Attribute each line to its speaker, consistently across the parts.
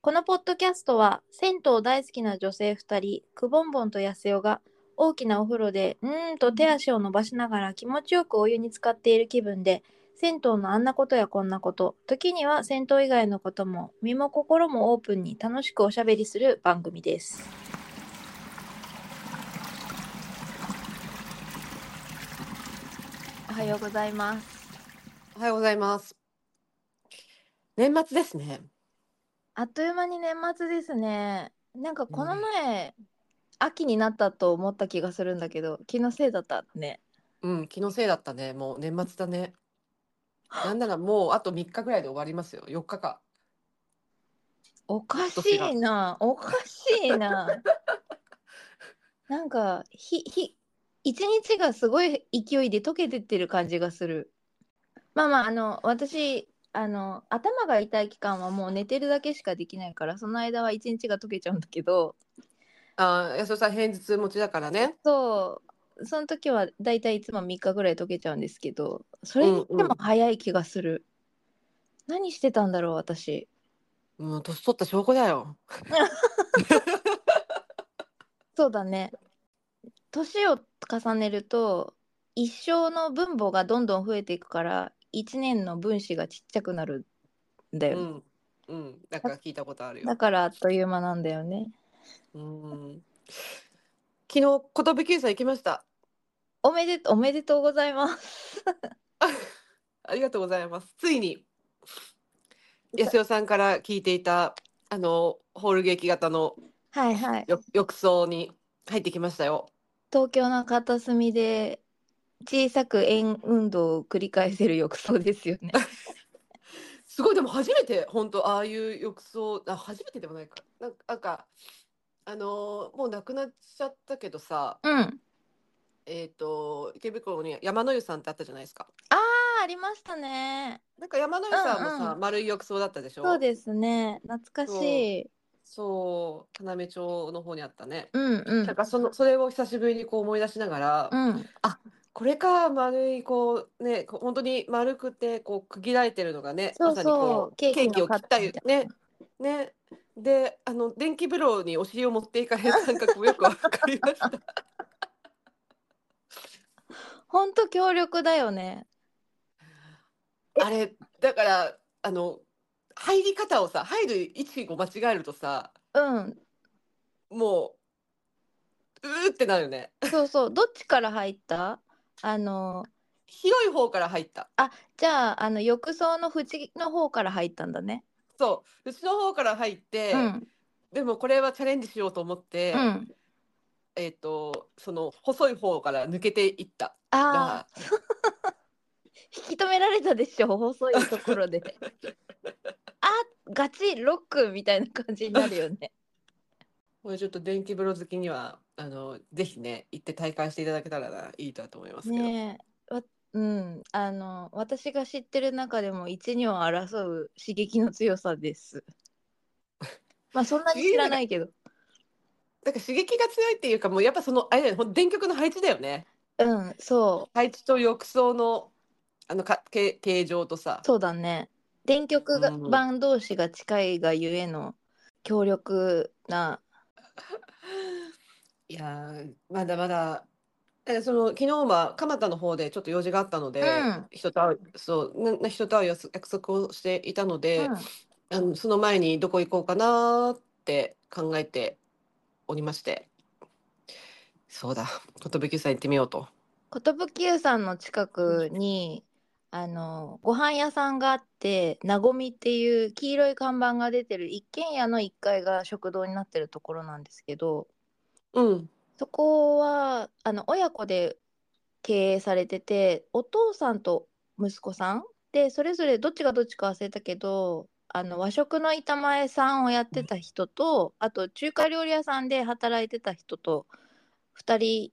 Speaker 1: このポッドキャストは銭湯大好きな女性2人くぼんぼんとやすよが大きなお風呂でうーんと手足を伸ばしながら気持ちよくお湯に浸かっている気分で銭湯のあんなことやこんなこと時には銭湯以外のことも身も心もオープンに楽しくおしゃべりする番組です。おはようございます。
Speaker 2: おはようございます。年末ですね。
Speaker 1: あっという間に年末ですね。なんかこの前、秋になったと思った気がするんだけど、気のせいだったね。
Speaker 2: うん、気のせいだったね。もう年末だね。なんならもうあと3日ぐらいで終わりますよ。4日か。
Speaker 1: おかしいな、おかしいな。なんかひひ一日がすごい勢いで溶けてってる感じがする。まあまああの私あの頭が痛い期間はもう寝てるだけしかできないからその間は一日が溶けちゃうんだけど
Speaker 2: ああ、安田さん偏頭痛持ちだからね。
Speaker 1: そうその時はだいたいいつも3日ぐらい溶けちゃうんですけどそれにしても早い気がする、何してたんだろう私
Speaker 2: うん、年取った証拠だよ。
Speaker 1: そうだね年を重ねると一生の分母がどんどん増えていくから1年の分子がちっちゃくなるんだ
Speaker 2: う
Speaker 1: よ、
Speaker 2: ん、うん、なんか聞いたことある
Speaker 1: だ
Speaker 2: よ。
Speaker 1: からあっという間なんだよね
Speaker 2: うん。昨日、ことぶきゅうさん行きました。
Speaker 1: おめでとおめでとうございます
Speaker 2: ありがとうございます。ついに、安代さんから聞いていた、あの、ホール劇型の
Speaker 1: はいはい
Speaker 2: よ浴槽に入ってきましたよ。
Speaker 1: 東京の片隅で小さく円運動を繰り返せる浴槽ですよ ね
Speaker 2: すごいでも初めて本当ああいう浴槽あ初めてでもないかなんかなんかあのーもうなくなっちゃったけどさ
Speaker 1: うん
Speaker 2: えっ、と池袋に山の湯さんってあったじゃないですか
Speaker 1: ありましたね。
Speaker 2: なんか山の湯さんもさ、
Speaker 1: うんうん
Speaker 2: 丸い浴槽だったでしょ
Speaker 1: そうですね。懐かしい。
Speaker 2: そう要町の方にあったね、
Speaker 1: うんうん。
Speaker 2: なんかそのそれを久しぶりにこう思い出しながら、
Speaker 1: うん。
Speaker 2: これか丸いこうねこう本当に丸くてこう区切られてるのがね
Speaker 1: そうそう
Speaker 2: まさにこう
Speaker 1: ケ
Speaker 2: ケ
Speaker 1: ー
Speaker 2: ー
Speaker 1: キの
Speaker 2: キを切ったり
Speaker 1: 形みたい
Speaker 2: ねねであの電気風呂にお尻を持っていかれ る感覚もよくわかりました
Speaker 1: 本当強力だよね。
Speaker 2: あれだからあの入り方をさ入る位置を間違えるとさ
Speaker 1: うん。
Speaker 2: もううーってなるね
Speaker 1: そうそう。どっちから入った？あの
Speaker 2: 広い方から入った
Speaker 1: じゃああの浴槽の縁の方から入ったんだね。
Speaker 2: そううちの方から入って、
Speaker 1: うん。
Speaker 2: でもこれはチャレンジしようと思って、
Speaker 1: うん。
Speaker 2: えっ、とその細い方から抜けていった
Speaker 1: ああ引き止められたでしょ。細いところ で。あガチロックみたいな感じになるよね。
Speaker 2: これちょっと電気風呂好きにはあのぜひね行って体感していただけたらないいとはと思いますけど、
Speaker 1: ねえわうん、あの私が知ってる中でも一二を争う刺激の強さ です。まあそんなに知らないけど、
Speaker 2: だから刺激が強いっていうかもうやっぱそのあれだよねほんと電極の配置だよね
Speaker 1: うん、そ
Speaker 2: 配置と浴槽のあのかけ形状とさ
Speaker 1: う、そうだね。電極が
Speaker 2: うん
Speaker 1: 板同士が近いがゆえの強力な、
Speaker 2: いやーまだまだだからその昨日は蒲田の方でちょっと用事があったので、
Speaker 1: うん
Speaker 2: 人と会うそうなな人と会う約約束をしていたので、
Speaker 1: うん
Speaker 2: あのその前にどこ行こうかなーって考えておりましてそうだ寿さん行ってみようと
Speaker 1: 寿湯さんの近くにあのご飯屋さんがあってなごみっていう黄色い看板が出てる一軒家の1階が食堂になってるところなんですけど。
Speaker 2: うん
Speaker 1: そこはあの親子で経営されててお父さんと息子さんでそれぞれどっちがどっちか忘れたけどあの和食の板前さんをやってた人とあと中華料理屋さんで働いてた人と2人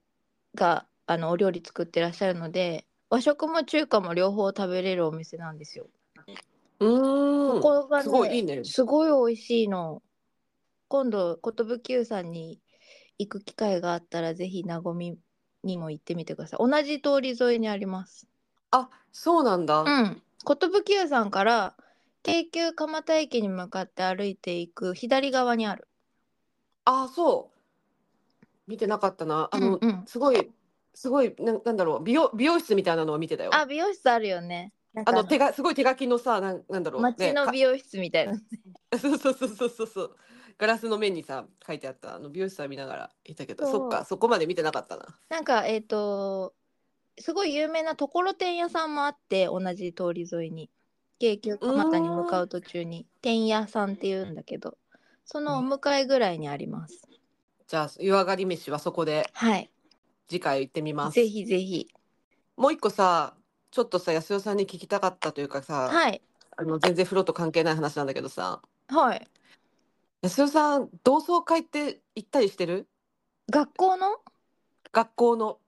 Speaker 1: があのお料理作ってらっしゃるので和食も中華も両方食べれるお店なんですよ。
Speaker 2: うーん
Speaker 1: ここがね
Speaker 2: すごいいいね
Speaker 1: すごい美味しいの。今度、寿湯さんに行く機会があったら、ぜひ、なごみにも行ってみてください。同じ通り沿いにあります。
Speaker 2: あそうなんだ、
Speaker 1: うん。寿湯さんから京急蒲田駅に向かって歩いていく左側にある。
Speaker 2: ああ、そう。見てなかったな。あの、
Speaker 1: うんうん
Speaker 2: すごい、すごい、な、なんだろう、美容、美容室みたいなのは見てたよ。
Speaker 1: あ、美容室あるよね。なん
Speaker 2: あ
Speaker 1: か
Speaker 2: の、手が、すごい手書きのさ、なん、なんだろう、
Speaker 1: 街
Speaker 2: ね、
Speaker 1: の
Speaker 2: か
Speaker 1: 美容室みたいな。
Speaker 2: そうそうそうそうそうそう。ガラスの面にさ、書いてあった、あの美容師さん見ながらいたけど、そっ
Speaker 1: そ
Speaker 2: か、そこまで見てなかったな。
Speaker 1: なんかえっ、とすごい有名なところてん屋さんもあって同じ通り沿いに京急蒲田に向かう途中にてんやさんっていうんだけどそのお迎えぐらいにあります、
Speaker 2: じゃあ、湯上がり飯はそこで、
Speaker 1: はい
Speaker 2: 次回行ってみます。
Speaker 1: ぜひぜひ
Speaker 2: もう一個さ、ちょっとさ、安代さんに聞きたかったというかさ、
Speaker 1: はい
Speaker 2: あの、全然風呂と関係ない話なんだけどさ、
Speaker 1: はい
Speaker 2: 安代さん、同窓会って行ったりしてる
Speaker 1: 学校の
Speaker 2: 学校の。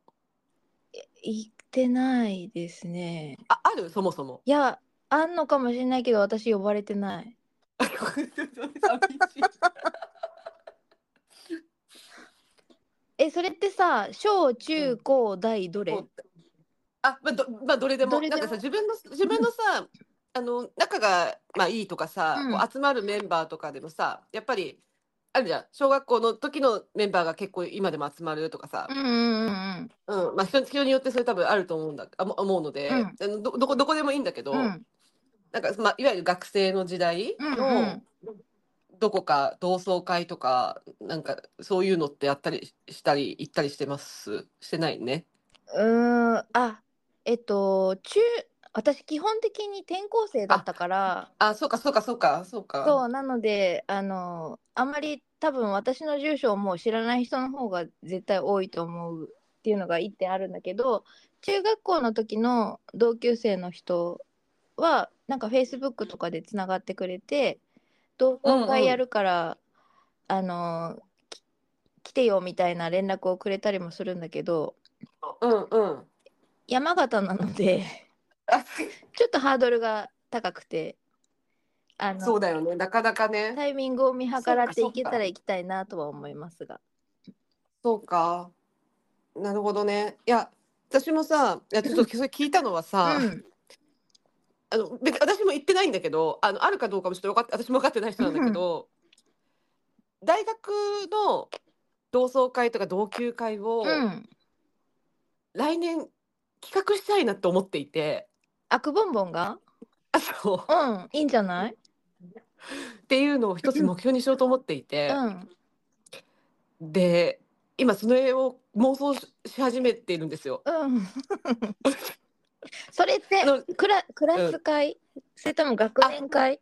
Speaker 1: 行ってないですね
Speaker 2: あ、あるそも そも。
Speaker 1: いやあんのかもしれないけど私呼ばれてない
Speaker 2: 寂しい
Speaker 1: えそれってさ小中高大どれ、
Speaker 2: あ、まあ、ど、まあ、どれでも、
Speaker 1: どれでも
Speaker 2: なんかさ、自分の、自分のさ、あの、仲が、まあ、いいとかさ、
Speaker 1: うん
Speaker 2: こう集まるメンバーとかでもさ、やっぱり。あるじゃん、小学校の時のメンバーが結構今でも集まるとかさ
Speaker 1: う、んうんうん
Speaker 2: うん、まあ、人、人によって、それ多分あると思うんだ、あ、も思うので、
Speaker 1: うん
Speaker 2: あの、ど、どこ、どこでもいいんだけど。
Speaker 1: うんう
Speaker 2: なん
Speaker 1: ん
Speaker 2: か、まあ、いわゆる学生の時代
Speaker 1: うん
Speaker 2: の。どこか同窓会とか、なんか、そういうのってやったり、したり、行ったりしてます。してないね。
Speaker 1: うーん、あ、えっと、中、私基本的に転校生だったから、
Speaker 2: あ、そうか、そうか、そうか、そうか。
Speaker 1: そう、なので、あの、あんまり多分私の住所をもう知らない人の方が絶対多いと思うっていうのが一点あるんだけど、中学校の時の同級生の人は、なんか Facebook とかでつながってくれて、同
Speaker 2: うんう
Speaker 1: 好
Speaker 2: ん
Speaker 1: 会やるから、あの、き来てよみたいな連絡をくれたりもするんだけど、
Speaker 2: うんうん。
Speaker 1: 山形なので、
Speaker 2: あ
Speaker 1: ちょっとハードルが高くて、あの、
Speaker 2: そうだよね。なかなかね。
Speaker 1: タイミングを見計らって
Speaker 2: そ
Speaker 1: い
Speaker 2: っかそっか
Speaker 1: けたら行きたいなとは思いますが。
Speaker 2: そうか。なるほどね。いや、私もさ、いやちょっとそれ聞いたのはさ、
Speaker 1: うん、
Speaker 2: あの別に私も言ってないんだけど、あのあるかどうかもちょっと分かって、私も分かってない人なんだけど、大学の同窓会とか同級会を
Speaker 1: うん。
Speaker 2: 来年企画したいなって思っていて、
Speaker 1: あくぼんぼんが
Speaker 2: あそ
Speaker 1: うん、いいんじゃないう
Speaker 2: っていうのを一つ目標にしようと思っていて
Speaker 1: う、ん。
Speaker 2: で、今その絵を妄想しし始めているんですよ。
Speaker 1: うん。 それって
Speaker 2: あの
Speaker 1: クラ、クラス会、それとも学年会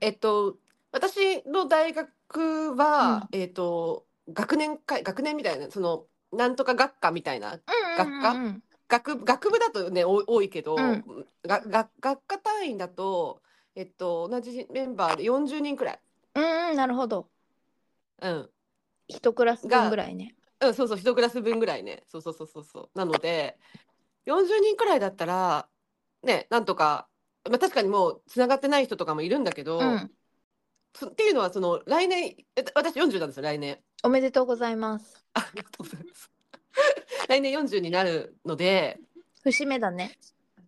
Speaker 2: えっと、私の大学は、えっと、学年会、学年みたいな、その、なんとか学科みたいな、
Speaker 1: うんうんうんうん。
Speaker 2: 学、学部だとね、お多いけど、
Speaker 1: うん
Speaker 2: が、が、学科単位だと、えっと、同じメンバーで40人くらい。
Speaker 1: うんうん、なるほど。
Speaker 2: うん。
Speaker 1: 一クラス分
Speaker 2: が
Speaker 1: ぐらいね。
Speaker 2: うん、そうそう、一クラス分ぐらいね。そうそうそうそうそう。なので、40人くらいだったら、ね、なんとか、まあ、確かにもう、つながってない人とかもいるんだけど、
Speaker 1: うん。
Speaker 2: そっていうのは、その、来年、え私40なんですよ、来年。
Speaker 1: おめでとうございます。
Speaker 2: ありがとうございます。 来年40になるので、
Speaker 1: 節目だね。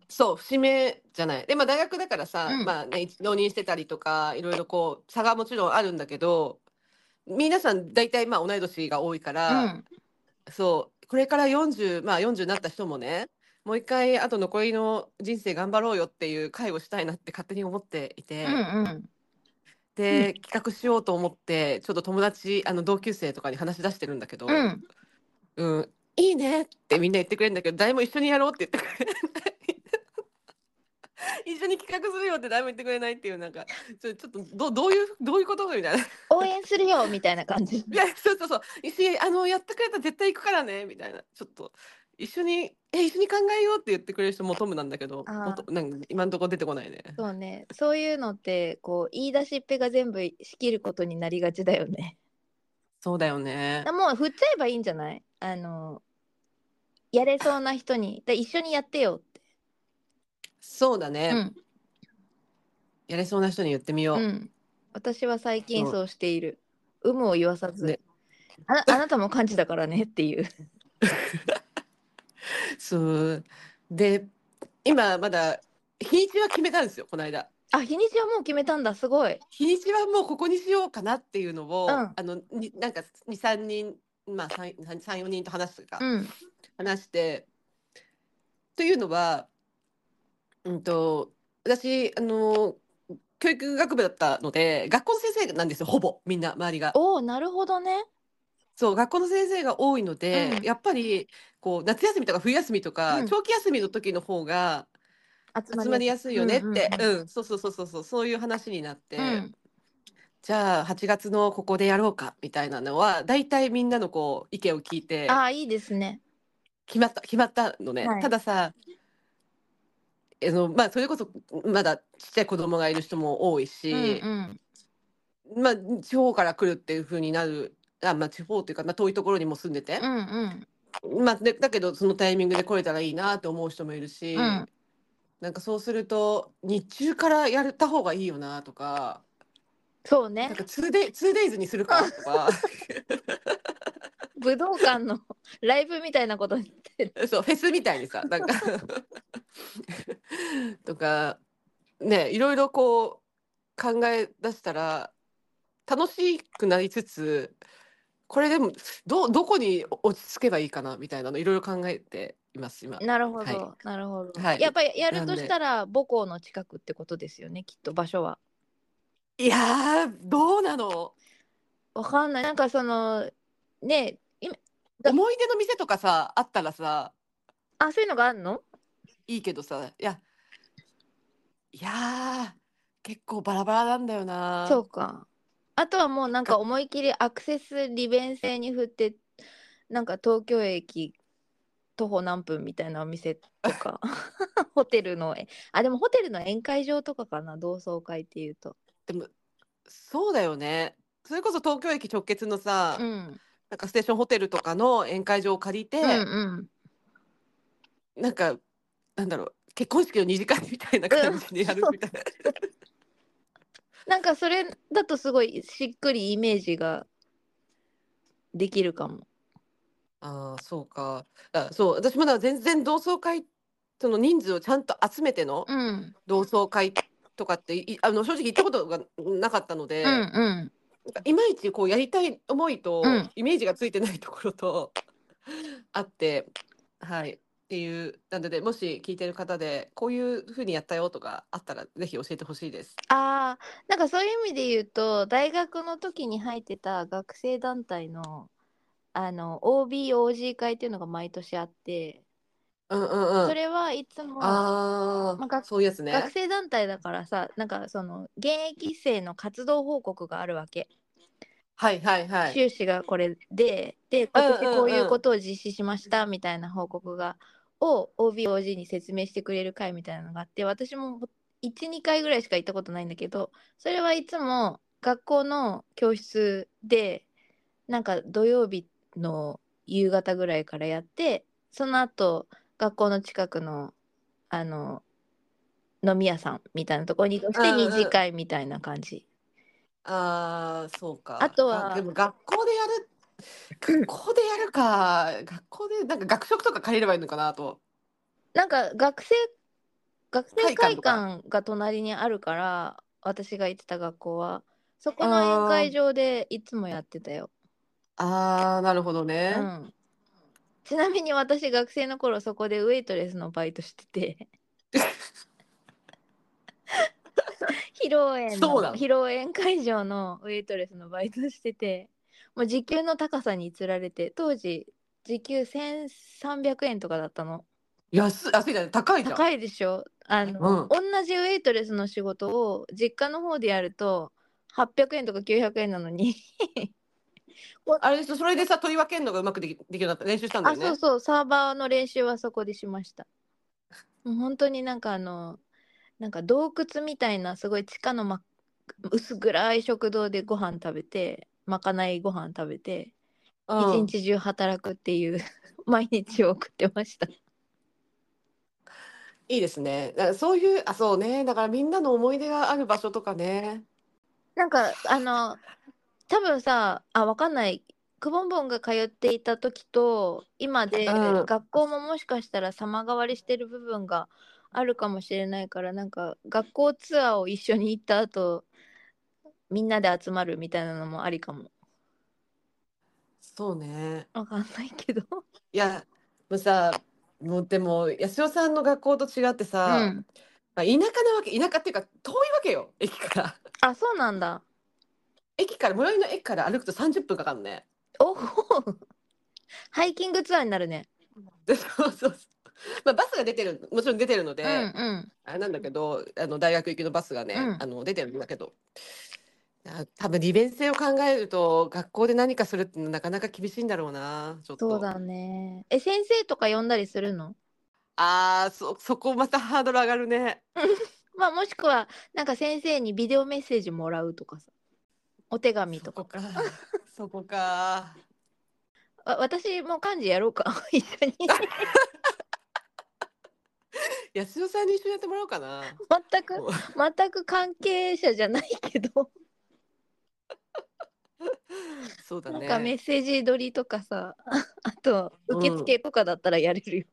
Speaker 2: そう、節目じゃない。で、まあ大学だからさ、
Speaker 1: うん
Speaker 2: まあね、浪人してたりとか、いろいろこう、差がもちろんあるんだけど、皆さん大体まあ同い年が多いか
Speaker 1: う
Speaker 2: ら、
Speaker 1: ん。
Speaker 2: そう、これから40、まあ40になった人もね、もう一回、あと残りの人生頑張ろうよっていう会をしたいなって勝手に思っていて、
Speaker 1: うんうん。
Speaker 2: で、企画しようと思って、ちょっと友達、あの同級生とかに話し出してるんだけど、
Speaker 1: うん。
Speaker 2: うん、いいねってみんな言ってくれるんだけど、誰も一緒にやろうって言ってくれない。一緒に企画するよって誰も言ってくれないっていう、なんか、ちょちょっと、ど、どういう、どういうことみたいな。い
Speaker 1: 応援するよみたいな感じ。
Speaker 2: や、そうそうそう。一緒に、あの、やってくれたら絶対行くからね、みたいな。ちょっと、一緒に、え、一緒に考えようって言ってくれる人もトムなんだけど、
Speaker 1: あー
Speaker 2: もとなんか今のところ出てこないね。
Speaker 1: そうね、そういうのってこう言い出しっぺが全部仕切ることになりがちだよね。
Speaker 2: そうだよね。
Speaker 1: もう振っちゃえばいいんじゃないあのやれそうな人にで一緒にやってよって。
Speaker 2: そうだ
Speaker 1: う
Speaker 2: ね。
Speaker 1: ん
Speaker 2: やれそうな人に言ってみ
Speaker 1: う
Speaker 2: よう。
Speaker 1: ん、私は最近
Speaker 2: そう
Speaker 1: そうしている。有無を言わさず、
Speaker 2: ね
Speaker 1: あなあなたも漢字だからねっていう。
Speaker 2: そう。で、今まだ、日にちは決めたんですよ、この間。
Speaker 1: あ、日にちはもう決めたんだ。すごい。
Speaker 2: 日にちはもうここにしようかなっていうのを、
Speaker 1: うん
Speaker 2: あのになんか23人まあ34人と話すか、
Speaker 1: うん。
Speaker 2: 話してというのは、うん、と私あの教育学部だったので学校の先生なんですよほぼみんな周りが。
Speaker 1: おお、なるほどね。
Speaker 2: そう学校の先生が多いので、
Speaker 1: うん
Speaker 2: やっぱりこう夏休みとか冬休みとか、
Speaker 1: うん
Speaker 2: 長期休みの時の方が
Speaker 1: 集
Speaker 2: 集まりやすいよねって、
Speaker 1: うん
Speaker 2: うんそうそうそうそうそうそういう話になって、
Speaker 1: うんうんうん
Speaker 2: じゃあ8月のここでやろうかみたいなのは大体みんなのこう意見を聞いて
Speaker 1: ああ、いいですね。
Speaker 2: 決まった決まったのね、
Speaker 1: はい
Speaker 2: たださあの、まあ、それこそまだちっちゃい子供がいる人も多いし、
Speaker 1: うん
Speaker 2: まあ、地方から来るっていう風になるあ、まあ、地方というか、まあ、遠いところにも住んでて
Speaker 1: うん。う、んうん。
Speaker 2: まあ、でだけどそのタイミングで来れたらいいなと思う人もいるし、
Speaker 1: うん
Speaker 2: なんかそうすると日中からやった方がいいよなとか。
Speaker 1: そう
Speaker 2: なん
Speaker 1: ね。
Speaker 2: か 2days にするかと か
Speaker 1: 武道館の ライブみたいなことになってる。
Speaker 2: そうフェスみたいにさなんか とかねいろいろこう考え出したら楽しくなりつつこれでもどどこに落ち着けばいいかなみたいなのいろいろ考えています今。
Speaker 1: なるほど、
Speaker 2: は
Speaker 1: なるほど。
Speaker 2: はい
Speaker 1: やっぱりやる
Speaker 2: な
Speaker 1: と
Speaker 2: んで
Speaker 1: したら母校の近くってことですよね、きっと場所は。
Speaker 2: いやーどうなの
Speaker 1: わかんない。なんかその、ね今だ
Speaker 2: 思い出の店とかさあったらさ
Speaker 1: あ、そういうのがあるの
Speaker 2: いいけどさいやいやー結構バラバラなんだよな。
Speaker 1: そうか。あとはもうなんか思い切りアクセス利便性に振って、なんか東京駅徒歩何分みたいなお店とか、 ホテルの、あ、でもホテルの宴会場とかかな、同窓会っていうと。
Speaker 2: でもそうだよねそれこそ東京駅直結のさ、
Speaker 1: うん。
Speaker 2: なんかステーションホテルとかの宴会場を借りて、
Speaker 1: うんうん。
Speaker 2: なんかなんだろう結婚式の二次会みたいな感じでやるみたいな、
Speaker 1: なんかそれだとすごいしっくりイメージができるかも。
Speaker 2: ああそうかあそう私まだ全然同窓会その人数をちゃんと集めての
Speaker 1: うん。
Speaker 2: 同窓会とかっていあの正直行ったことがなかったので、
Speaker 1: うん
Speaker 2: なんか
Speaker 1: うん。
Speaker 2: いまいちこうやりたい思いと、
Speaker 1: うん
Speaker 2: イメージがついてないところと あってはいっていうなのでもし聞いてる方でこういうふうにやったよとかあったらぜひ教えてほしいです。
Speaker 1: ああ、なんかそういう意味で言うと、大学の時に入ってた学生団体の、あの、OBOG 会っていうのが毎年あって、
Speaker 2: うんうんうん、
Speaker 1: それはいつも
Speaker 2: あ
Speaker 1: まあ
Speaker 2: あ、
Speaker 1: 学
Speaker 2: そういうやつね。
Speaker 1: 学生団体だからさ、なんかその現役生の活動報告があるわけ。
Speaker 2: はいはいはい。
Speaker 1: 収支がこれで、で、今
Speaker 2: うんうんう
Speaker 1: 年
Speaker 2: ん
Speaker 1: こういうことを実施しましたみたいな報告が、を OBOG に説明してくれる会みたいなのがあって、私も1、2回ぐらいしか行ったことないんだけど、それはいつも学校の教室で、なんか土曜日の夕方ぐらいからやって、その後、学校の近くの、あの、飲み屋さんみたいなところに移動して
Speaker 2: うんうん
Speaker 1: 二次会みたいな感じ。
Speaker 2: ああ、そうか。
Speaker 1: あとは
Speaker 2: あでも学校でやる、学校でやるか。学校で、なんか学食とか借りればいいのかなと。
Speaker 1: なんか学生学生
Speaker 2: 会
Speaker 1: 会
Speaker 2: 館とか
Speaker 1: 館が隣にあるから私が行ってた学校はそこの
Speaker 2: あー
Speaker 1: 宴会場でいつもやってたよ、
Speaker 2: ああ、なるほど
Speaker 1: う
Speaker 2: ね。
Speaker 1: ん、ちなみに私学生の頃そこでウェイトレスのバイトして て披露宴
Speaker 2: そ
Speaker 1: の
Speaker 2: うなの
Speaker 1: 披露宴会場のウェイトレスのバイトしててもう時給の高さにつられて当時時給1300円とかだったの
Speaker 2: 安い、安いじゃない、高いじゃん。
Speaker 1: 高いでしょあの、同じウェイトレスの仕事を実家の方でやると800円とか900円なのに
Speaker 2: あれでしょ、それでさ、取り分けるのがうまくでき、できるようになった。練習したんだ
Speaker 1: あ
Speaker 2: よね。
Speaker 1: そうそうサーバーの練習はそこでしましたもう本当になんかあのなんか洞窟みたいなすごい地下の、ま、薄暗い食堂でご飯食べてまかないご飯食べて
Speaker 2: う
Speaker 1: 一
Speaker 2: ん。
Speaker 1: 日中働くっていう毎日を送ってました
Speaker 2: いいですね。だからそういう、あ、そうね。だからみんなの思い出がある場所とかね。
Speaker 1: なんかあの多分さあわかんないくぼんぼんが通っていた時と今で
Speaker 2: うん
Speaker 1: 学校ももしかしたら様変わりしてる部分があるかもしれないからなんか学校ツアーを一緒に行った後みんなで集まるみたいなのもありかも
Speaker 2: そうね。
Speaker 1: わかんないけど
Speaker 2: いや、もうさ、もうでも、安代さんの学校と違って
Speaker 1: う
Speaker 2: さ、
Speaker 1: ん
Speaker 2: まあ、田舎なわけ、田舎っていうか、遠いわけよ、駅から。
Speaker 1: あそうなんだ
Speaker 2: 駅から、最寄りの駅から歩くと30分かかるね。
Speaker 1: おおハイキングツアーになるね
Speaker 2: でそうそうそう。まあ、バスが出てる、もちろん出てるので、
Speaker 1: うんうん
Speaker 2: あれなんだけど、あの大学行きのバスがね、
Speaker 1: うん
Speaker 2: あの出てるんだけど、あ多分利便性を考えると、学校で何かするっていうのはなかなか厳しいんだろうな、ちょっと。
Speaker 1: そうだねえ先生とか呼んだりするの
Speaker 2: ああ、そ、そこまたハードル上がるね。
Speaker 1: まあもしくはなんか先生にビデオメッセージもらうとかさお手紙と
Speaker 2: そ
Speaker 1: か
Speaker 2: こか。 そこか。
Speaker 1: わ私も漢字やろうか 一緒に
Speaker 2: 安代さんに一緒にやってもらおうかな。
Speaker 1: 全 く全く関係者じゃないけど
Speaker 2: そうだ
Speaker 1: なん
Speaker 2: ね。
Speaker 1: かメッセージ撮りとかさ あと受付とかだったらやれるよ、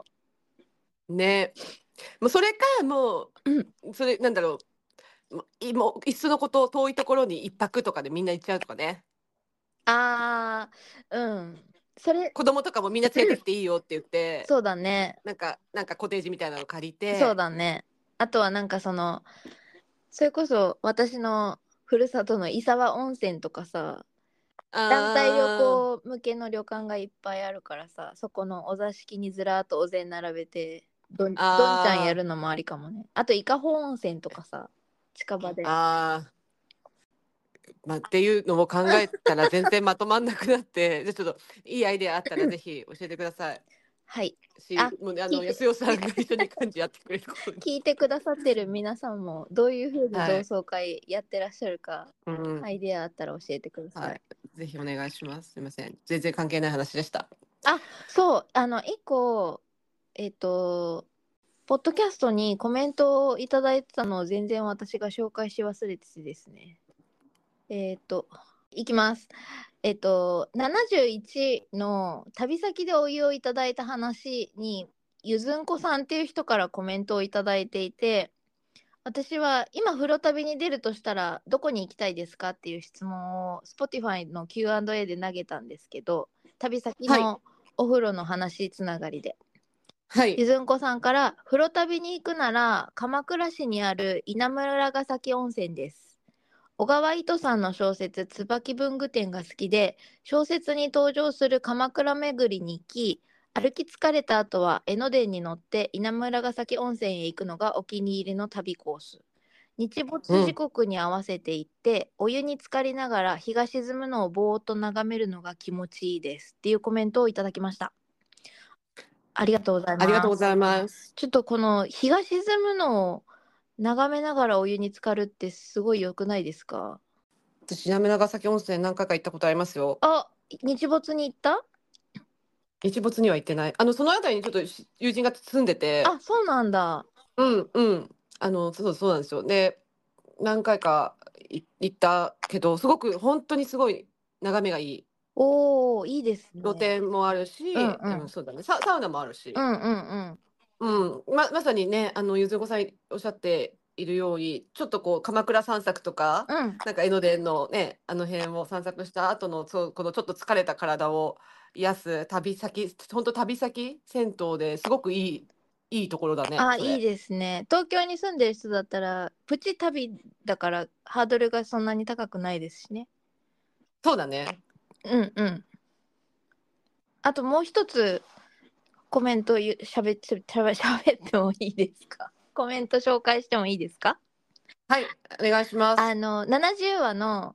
Speaker 2: ね。もうそれか、も
Speaker 1: う
Speaker 2: う、それ、なんだろう。もういもういっそのこと遠いところに一泊とかでみんな行っちゃうとかね
Speaker 1: あーうんそれ
Speaker 2: 子供とかもみんな連れてきていいよって言って
Speaker 1: そうだね
Speaker 2: なんかなんかコテージみたいなの借りて
Speaker 1: そうだねあとはなんかそのそれこそ私のふるさとの伊沢温泉とかさ団体旅行向けの旅館がいっぱいあるからさそこのお座敷にずらーっとお膳並べてどんどんち
Speaker 2: あー
Speaker 1: ゃんやるのもありかもねあと伊香保温泉とかさ近場で
Speaker 2: あーまあ、っていうのも考えたら全然まとまんなくなって じゃあちょっといいアイデアあったらぜひ教えてください
Speaker 1: はい
Speaker 2: し
Speaker 1: あ
Speaker 2: もうねあ
Speaker 1: 聞
Speaker 2: の
Speaker 1: いて
Speaker 2: 安代さんが一緒に漢字やってくれ ることに
Speaker 1: 聞いてくださってる皆さんもどういうふうに同
Speaker 2: はい
Speaker 1: 窓会やってらっしゃるか、
Speaker 2: うん
Speaker 1: アイデアあったら教えてください、
Speaker 2: はいぜひお願いしますすいません全然関係ない話でした
Speaker 1: そうあの一個えっ、とポッドキャストにコメントをいただいてたのを全然私が紹介し忘れててですねえっ、といきますえっ、と71の旅先でお湯をいただいた話にゆずんこさんっていう人からコメントをいただいていて私は今風呂旅に出るとしたらどこに行きたいですかっていう質問を Spotify の Q&A で投げたんですけど旅先
Speaker 2: は
Speaker 1: のお風呂の話つながりで、
Speaker 2: はい
Speaker 1: ゆずんこさんから「風呂旅に行くなら鎌倉市にある稲村ヶ崎温泉です」小川糸さんの小説「椿文具店」が好きで小説に登場する鎌倉巡りに行き歩き疲れた後は江ノ電に乗って稲村ヶ崎温泉へ行くのがお気に入りの旅コース日没時刻に合わせて行って、お湯に浸かりながら日が沈むのをぼーっと眺めるのが気持ちいいですっていうコメントをいただきましたありがとうございます
Speaker 2: ありがとうございます
Speaker 1: ちょっとこの日が沈むのを眺めながらお湯に浸かるってすごい良くないですか
Speaker 2: 私南長崎温泉何回か行ったことありますよ
Speaker 1: あ日没に行った
Speaker 2: 日没には行ってないあのそのあたりにちょっとし友人が住んでて
Speaker 1: あそうなんだ
Speaker 2: うんうんあのそうそうなんですよで何回かい行ったけどすごく本当にすごい眺めがいい
Speaker 1: おーいいですね
Speaker 2: 露天もあるし、
Speaker 1: うんうん
Speaker 2: そうだねササウナもあるし
Speaker 1: う、んうんうん
Speaker 2: うんままさにねあのゆずこさんおっしゃっているようにちょっとこう鎌倉散策とか、
Speaker 1: うん
Speaker 2: なんか江ノ電のねあの辺を散策した後のそうこのちょっと疲れた体を癒す旅先本当旅先銭湯ですごくいいいいところだね
Speaker 1: あ
Speaker 2: それ
Speaker 1: いいですね東京に住んでる人だったらプチ旅だからハードルがそんなに高くないですしね
Speaker 2: そうだね
Speaker 1: うんうんあともう一つコメントゆしゃべしゃべしゃべってもいいですかコメント紹介してもいいですか
Speaker 2: はいお願いします
Speaker 1: あの70話の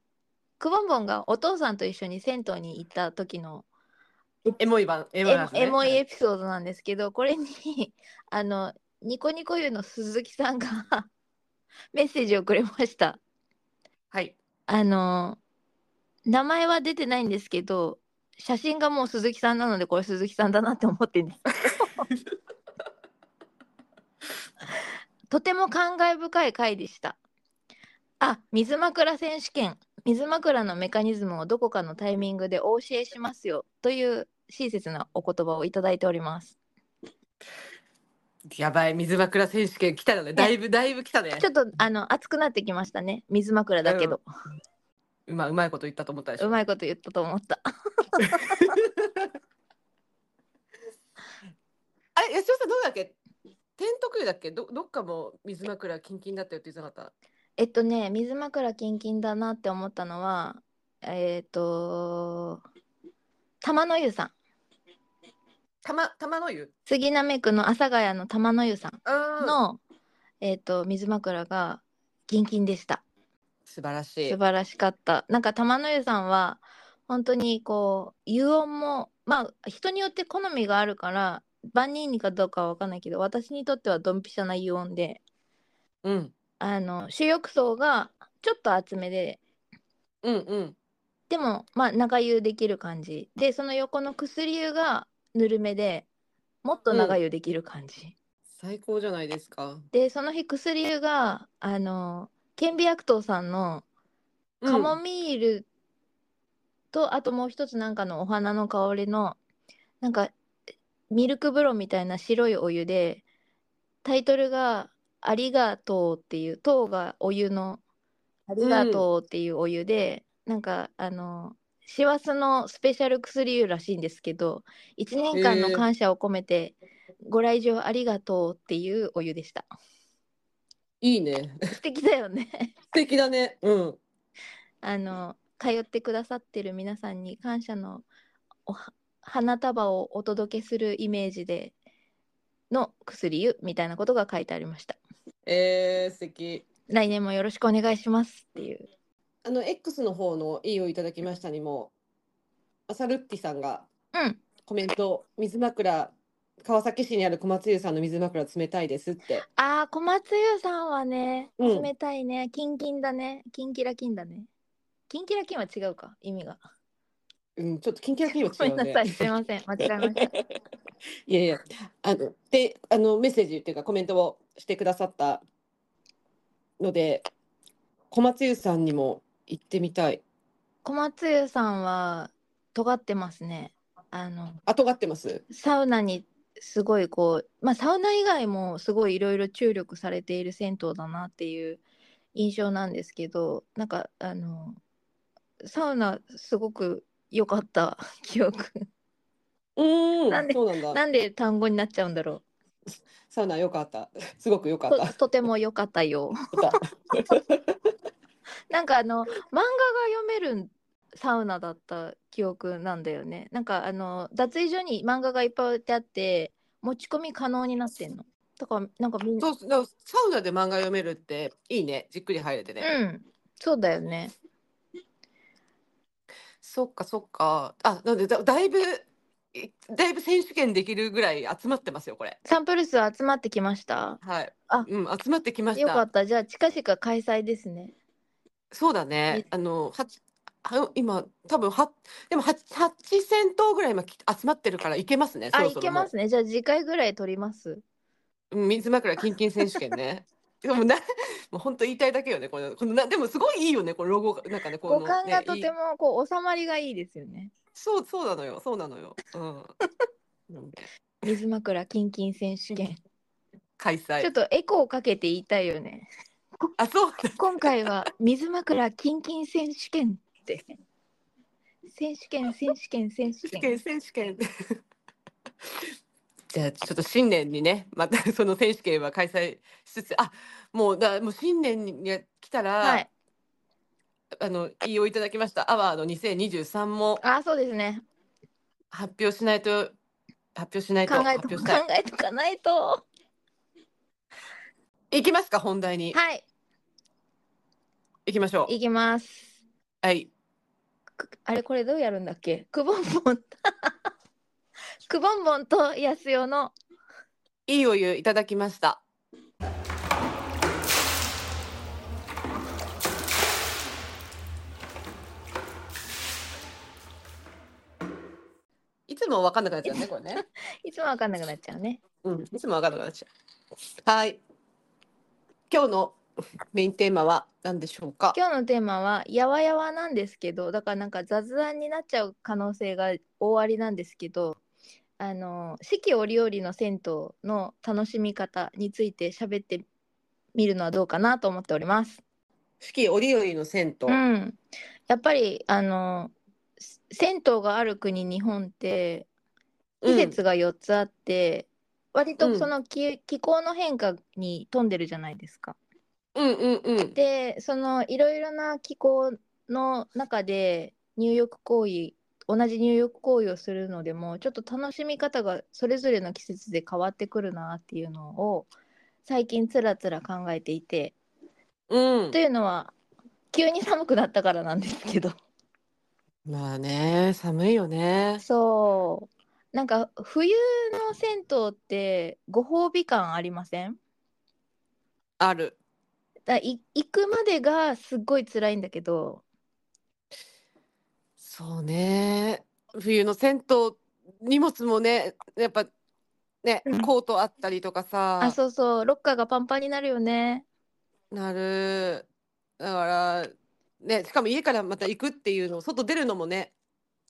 Speaker 1: くぼんぼんがお父さんと一緒に銭湯に行った時の
Speaker 2: エモい版エ
Speaker 1: エ
Speaker 2: モい版ですね
Speaker 1: エモい
Speaker 2: はい
Speaker 1: エピソードなんですけど、これにあのニコニコ湯の鈴木さんが メッセージをくれました。
Speaker 2: はい
Speaker 1: あの名前は出てないんですけど写真がもう鈴木さんなのでこれ鈴木さんだなって思ってるんですけどとても感慨深い回でしたあ水枕選手権水枕のメカニズムをどこかのタイミングでお教えしますよという親切なお言葉をいただいております
Speaker 2: やばい、水枕選手権来たよね。だいぶ、だいぶ来たね。
Speaker 1: ちょっとあの熱くなってきましたね水枕だけど、
Speaker 2: うま、うまいこと言ったと思ったでし
Speaker 1: う
Speaker 2: ょ。
Speaker 1: まいこと言ったと思った
Speaker 2: あれ、八代さん、どうだっけ天徳湯だっけど、どっかも水枕キンキンだったよって言ってなかっ
Speaker 1: えっとね、水枕キンキンだなって思ったのは、えっと、玉の湯さん。
Speaker 2: た。たま、玉の湯。
Speaker 1: 杉並区の阿佐ヶ谷の玉の湯さん
Speaker 2: うん
Speaker 1: の、えっと、水枕がキンキンでした。
Speaker 2: 素晴らしい
Speaker 1: 素。晴らしかった。なんか玉の湯さんは、本当にこう、湯温も、まあ、人によって好みがあるから、万人にかどうかは分かんないけど、私にとってはドンピシャな湯温で、
Speaker 2: うん。
Speaker 1: あの、主浴槽がちょっと厚めで、
Speaker 2: うんうん。
Speaker 1: でも、まあ、長湯できる感じ。で、その横の薬湯がぬるめで、もっと長湯できる感じ。
Speaker 2: 最高じゃないですか。
Speaker 1: で、その日薬湯が、あの、顕微薬湯さんの
Speaker 2: うん
Speaker 1: カモミールと、あともう一つなんかのお花の香りの、なんか、ミルク風呂みたいな白いお湯で、タイトルが、ありがとうっていう、糖がお湯の、ありがとうっていうお湯で、なんか、あの、師走のスペシャル薬湯らしいんですけど、1年間の
Speaker 2: へえ
Speaker 1: 感謝を込めて、ご来場ありがとうっていうお湯でした。
Speaker 2: いいね。
Speaker 1: 素敵だよね。
Speaker 2: 素敵だね。うん。
Speaker 1: あの通ってくださってる皆さんに感謝のおは花束をお届けするイメージでの薬湯みたいなことが書いてありました。
Speaker 2: えー、素敵。
Speaker 1: 来年もよろしくお願いしますっていう。
Speaker 2: あの、X の方のいいをいただきましたにも、アサルッピさんが
Speaker 1: うん。
Speaker 2: コメント、水枕、川崎市にある小松湯さんの水枕冷たいですって。
Speaker 1: ああ、小松湯さんはね、
Speaker 2: うん
Speaker 1: 冷たいね。キンキンだね。キンキラキンだね。キンキラキンは違うか、意味が。
Speaker 2: うん、ちょっと緊急に は
Speaker 1: ごめ
Speaker 2: 違うん
Speaker 1: な
Speaker 2: ね
Speaker 1: さ。い、すいません。間違えま した。
Speaker 2: いやいや、あの、で、あの、メッセージっていうかコメントをしてくださったので、小松湯さんにも行ってみたい。
Speaker 1: 小松湯さんは尖ってますね。あの、
Speaker 2: あ、尖ってます。
Speaker 1: サウナにすごいこう、まあ、サウナ以外もすごいいろいろ注力されている銭湯だなっていう印象なんですけどなんかあのサウナすごく良かった 記憶
Speaker 2: うーん、
Speaker 1: なんで
Speaker 2: そうなんだ。
Speaker 1: なんで単語になっちゃうんだろ
Speaker 2: サウナ良かった。すごく良か
Speaker 1: う
Speaker 2: っ
Speaker 1: と
Speaker 2: た。
Speaker 1: とても良かったよ なんかあの漫画が読めるサウナだった記憶なんだよねなんかあの脱衣所に漫画がいっぱい置いてあって持ち込み可能になってんのだからなんかみんな
Speaker 2: そう、でもサウナで漫画読めるっていいね。じっくり入れてね。
Speaker 1: うんそうだよね
Speaker 2: そっかそっか。あ、なのでだ、だいぶ、いだいぶ選手権できるぐらい集まってますよ、これ。
Speaker 1: サンプル数集まってきました。
Speaker 2: はい。
Speaker 1: あ
Speaker 2: うん、集まってきまし
Speaker 1: よか
Speaker 2: た
Speaker 1: っ。た。じゃあ近々開催ですね。
Speaker 2: そうだね。あの、はは今、多分は、でもは八千頭ぐらい今き集まってるから、いけますね。そ
Speaker 1: あ、
Speaker 2: ろ
Speaker 1: い
Speaker 2: そろ
Speaker 1: け
Speaker 2: もう
Speaker 1: ますね。じゃあ次回ぐらい撮ります。
Speaker 2: うん水枕キンキン選手権 ね。でもな、もう本当言いたいだけよね。この、このな、でもすごいいいよね。このロゴが、なんかね、こ
Speaker 1: 五
Speaker 2: の
Speaker 1: 感
Speaker 2: ね、
Speaker 1: が
Speaker 2: い
Speaker 1: と
Speaker 2: い
Speaker 1: てもこう収まりがいいですよね。
Speaker 2: そう、そうなのよ。そうなのよ。 うん。なんで
Speaker 1: 水枕キンキン選手権。
Speaker 2: 開
Speaker 1: ちょっ
Speaker 2: 催。
Speaker 1: とエコーかけて言いたいよね。
Speaker 2: あ、そう。
Speaker 1: 今回は水枕キンキン選手権って。選手権選手権選手
Speaker 2: 選手
Speaker 1: 権。
Speaker 2: 権選手権 じゃあちょっと新年にねまた その選手権は開催しつつあもうだもう新年に来たら、
Speaker 1: はい。
Speaker 2: あの言いをいただきましたアワード2023も
Speaker 1: あ、そうですね。
Speaker 2: 発表しないと発表しないと
Speaker 1: 考え
Speaker 2: 発
Speaker 1: と
Speaker 2: 表
Speaker 1: 考
Speaker 2: したい
Speaker 1: えとかないと。
Speaker 2: 行きますか本題に、
Speaker 1: はい。
Speaker 2: 行きましょう
Speaker 1: いきます。
Speaker 2: はい
Speaker 1: くあれこれどうやるんだっけくぼんぼん くぼんぼんとやすよの
Speaker 2: いいお湯いただきましたいつも分かんなくなっちゃうねこれね
Speaker 1: いつもわかんなくなっちゃうね
Speaker 2: うん、いつも分かんなくなっちゃう。はい。今日のメインテーマは何でしょうか。
Speaker 1: 今日のテーマはやわやわなんですけどだからなんか雑談になっちゃう可能性が大ありなんですけどあの四季折々の銭湯の楽しみ方について喋ってみるのはどうかなと思っております。
Speaker 2: 四季折々の銭湯。
Speaker 1: うん、やっぱりあのせ銭湯がある国日本って季節が4つあって、割とその気,、気候の変化に富んでるじゃないですか。
Speaker 2: うんうんうん。
Speaker 1: でそのいろいろな気候の中で入浴行為同じ入浴行為をするのでもちょっと楽しみ方がそれぞれの季節で変わってくるなっていうのを最近つらつら考えていて
Speaker 2: うん
Speaker 1: と。いうのは急に寒くなったからなんですけど。
Speaker 2: まあね、寒いよね。
Speaker 1: そうなんか冬の銭湯ってご褒美感ありません
Speaker 2: ある。
Speaker 1: だい行くまでがすっごい辛いんだけど
Speaker 2: そうね。冬の銭湯、荷物もね、やっぱ、ね
Speaker 1: うん、
Speaker 2: コートあったりとか
Speaker 1: あ
Speaker 2: さ、
Speaker 1: そうそうロッカーがパンパンになるよね
Speaker 2: なる。だから、ね、しかも家からまた行くっていうの、外出るのもね、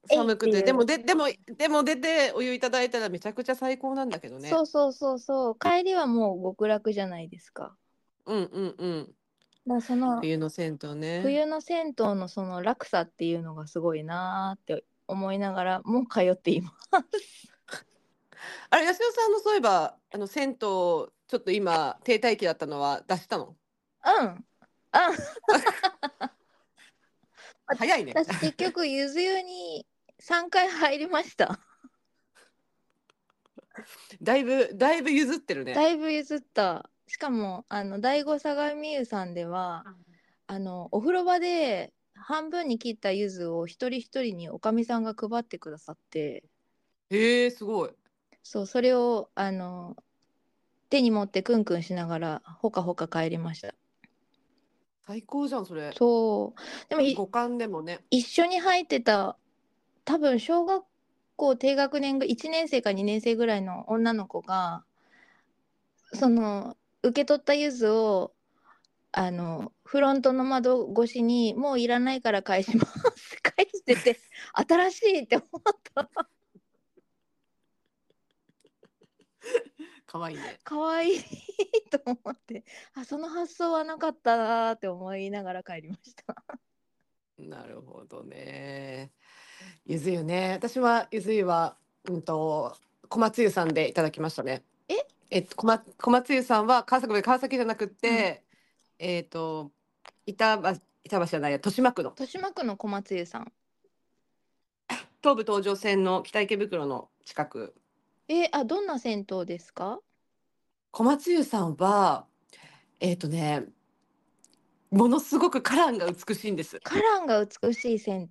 Speaker 1: えい
Speaker 2: 寒く
Speaker 1: って
Speaker 2: て、
Speaker 1: いう
Speaker 2: でも、で、でも、でも出てお湯いただいたらめちゃくちゃ最高なんだけどね。
Speaker 1: そうそうそうそう帰りはもう極楽じゃないですか
Speaker 2: うんうんうん。
Speaker 1: だからその
Speaker 2: 冬の銭湯ね。
Speaker 1: 冬の銭湯のその落差っていうのがすごいなーって思いながらもう通っています
Speaker 2: あれ、安代さんのそういえば、あの銭湯、ちょっと今、停滞期だったのは出したの
Speaker 1: うんうんあ
Speaker 2: 早いね。
Speaker 1: 私結局ゆず湯に3回入りました
Speaker 2: だいぶ、だいぶ譲ってるね。
Speaker 1: だいぶ譲ったしかもあの第五相模湯さんではあのお風呂場で半分に切った柚子を一人一人におかみさんが配ってくださって
Speaker 2: へえ、すごい。
Speaker 1: そうそれをあの手に持ってクンクンしながらほかほか帰りました
Speaker 2: 最高じゃん、それ。
Speaker 1: そうでもい
Speaker 2: 五感でもね。
Speaker 1: 一緒に入ってた多分小学校低学年ぐ1年生か2年生ぐらいの女の子がその受け取ったゆずをあのフロントの窓越しに「もういらないから返します」返してて新しいって思った
Speaker 2: 可愛いね。
Speaker 1: 可愛いと思ってあその発想はなかったなーって思いながら帰りました。
Speaker 2: なるほどね。ゆず湯ね。私は、ゆず湯は、うんと、小松湯さんでいただきましたね。
Speaker 1: え
Speaker 2: えっと、小松、小松湯さんは、川崎、ごめん川崎じゃなくて、えっと、板橋、板橋じゃないや、豊島区の。
Speaker 1: 豊島区の小松湯さん
Speaker 2: 東武東上線の北池袋の近く
Speaker 1: えあどんな銭湯ですか
Speaker 2: 小松湯さんはえっ、とねものすごく花壇が美しいんです
Speaker 1: カランが美しい銭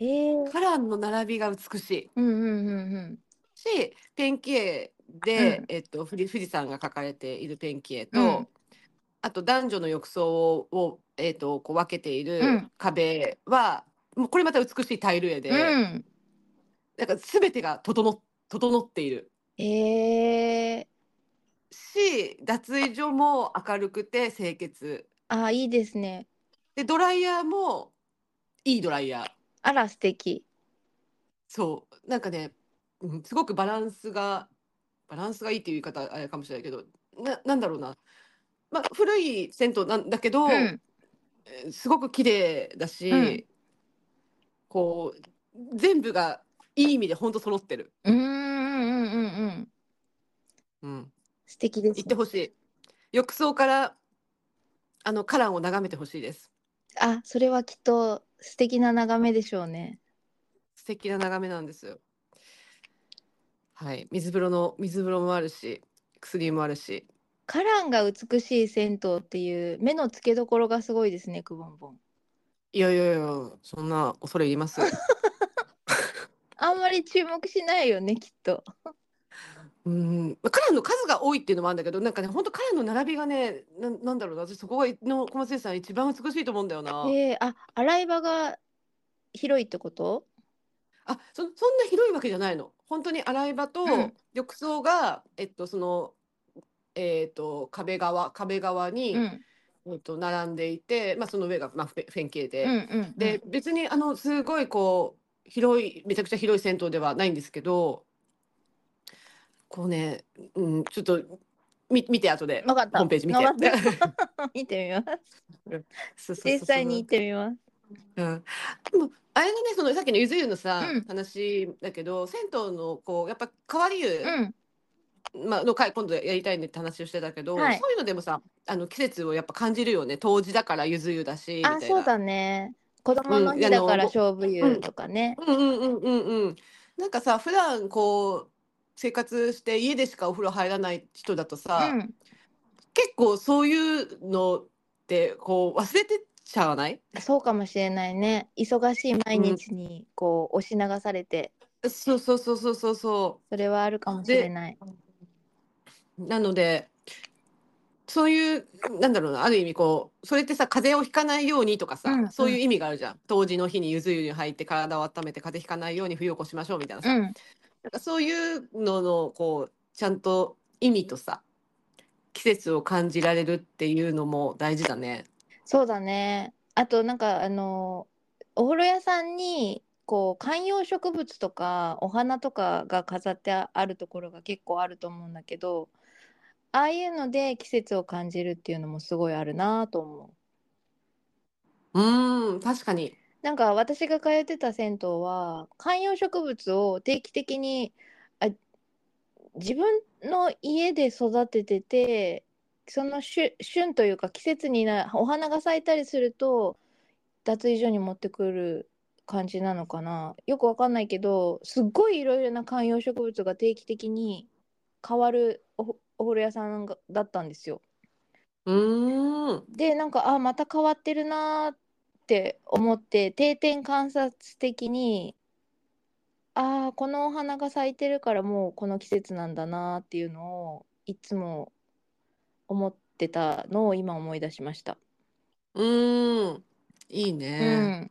Speaker 1: 湯へえ
Speaker 2: 花壇の並びが美しい
Speaker 1: うんうんうんうん
Speaker 2: しペンキ絵で、
Speaker 1: うん
Speaker 2: えっと富士富士山が描かれているペンキ絵と、
Speaker 1: うん
Speaker 2: あと男女の浴槽ををえっ、とこう分けていうる
Speaker 1: ん
Speaker 2: 壁は、もうこれまた美しいタイル絵で、
Speaker 1: うん
Speaker 2: なんか全てが整っ整っている
Speaker 1: へえ
Speaker 2: し脱衣所も明るくて清潔。
Speaker 1: あいいですね
Speaker 2: で、ドライヤーもいいドライヤー。
Speaker 1: あら素敵
Speaker 2: そう。なんかね、うんすごくバランスが、バランスがいいっていう言い方あれかもしれないけど、な、なんだろうな。まあ、古い銭湯なんだけど、
Speaker 1: うん
Speaker 2: えーすごく綺麗だし、
Speaker 1: うん
Speaker 2: こう、全部がいい意味で本当揃ってる。
Speaker 1: うんうんうんうんうん
Speaker 2: うん。
Speaker 1: 素敵です
Speaker 2: 行って
Speaker 1: ね
Speaker 2: ほしい。浴槽から、あの、花壇を眺めてほしいです。
Speaker 1: あそれはきっと素敵な眺めでしょうね
Speaker 2: 素敵な眺めなんですよ。はい、水風呂の水風呂もあるし、薬もあるし、
Speaker 1: カランが美しい銭湯っていう目の付けどころがすごいですねくぼんぼん
Speaker 2: いやいやいや、そんな恐れ入り ます。
Speaker 1: あんまり注目しないよねきっと
Speaker 2: うん、まあカラーの数が多いっていうのもあるんだけど、なんかね、本当カラーの並びがね、なんなんだろうな、私そこがの小松井さん一番美しいと思うんだよな。
Speaker 1: へえあ洗い場が広いってこと
Speaker 2: あ、そ、そんな広いわけじゃないの。本当に洗い場と
Speaker 1: うん
Speaker 2: 浴槽が、えっと、その、えっと、壁側、壁側に、
Speaker 1: うん
Speaker 2: えっと、並んでいて、まあ、その上が、まあ、フェ、フェン系で
Speaker 1: うん。うんうん
Speaker 2: で、別にあのすごいこう広いめちゃくちゃ広い銭湯ではないんですけどこうね、うん、ちょっとみ見て後で
Speaker 1: 分かった
Speaker 2: ホームページ見て
Speaker 1: わか っ。 見てみます
Speaker 2: そうそうそう
Speaker 1: 実際に行ってみます
Speaker 2: うん、でもあれのねそのさっきのゆず湯のさ、
Speaker 1: うん
Speaker 2: 話だけど銭湯のこうやっぱ変わり湯、
Speaker 1: うん
Speaker 2: まあ、の回今度やりたいねって話をしてたけど、
Speaker 1: はい
Speaker 2: そういうのでもさあの季節をやっぱ感じるよね冬至だからゆず湯だしみたい
Speaker 1: あ
Speaker 2: な
Speaker 1: そうだね子供の日だから勝負湯とかね
Speaker 2: うんうんうんうんうんなんかさ普段こう生活して家でしかお風呂入らない人だと
Speaker 1: う
Speaker 2: さ、
Speaker 1: ん
Speaker 2: 結構そういうのってこう忘れてっちゃわない
Speaker 1: そうかもしれないね忙しい毎日にこう押し流されて
Speaker 2: そうそうそうそうそうそう
Speaker 1: それはあるかもしれない
Speaker 2: なのでそういうなんだろうなある意味こうそれってさ風邪をひかないようにとかさ、
Speaker 1: うんうん
Speaker 2: そういう意味があるじゃん冬至の日にゆず湯に入って体を温めて風邪ひかないように冬を越しましょうみたいなさ、
Speaker 1: うん
Speaker 2: なんかそういうののこうちゃんと意味とさ季節を感じられるっていうのも大事だね。
Speaker 1: そうだねあとなんかあのお風呂屋さんにこう観葉植物とかお花とかが飾ってあるところが結構あると思うんだけどああいうので季節を感じるっていうのもすごいあるなと思う
Speaker 2: うーん確かに。
Speaker 1: なんか私が通ってた銭湯は観葉植物を定期的にあ自分の家で育てててその旬旬というか季節になお花が咲いたりすると脱衣所に持ってくる感じなのかなよくわかんないけどすっごいいろいろな観葉植物が定期的に変わるおお風呂屋さんがだったんですよ。
Speaker 2: うーん
Speaker 1: でなんかあまた変わってるなーって思って定点観察的にあーこのお花が咲いてるからもうこの季節なんだなーっていうのをいつも思ってたのを今思い出しました。
Speaker 2: うーんいいね。
Speaker 1: うん、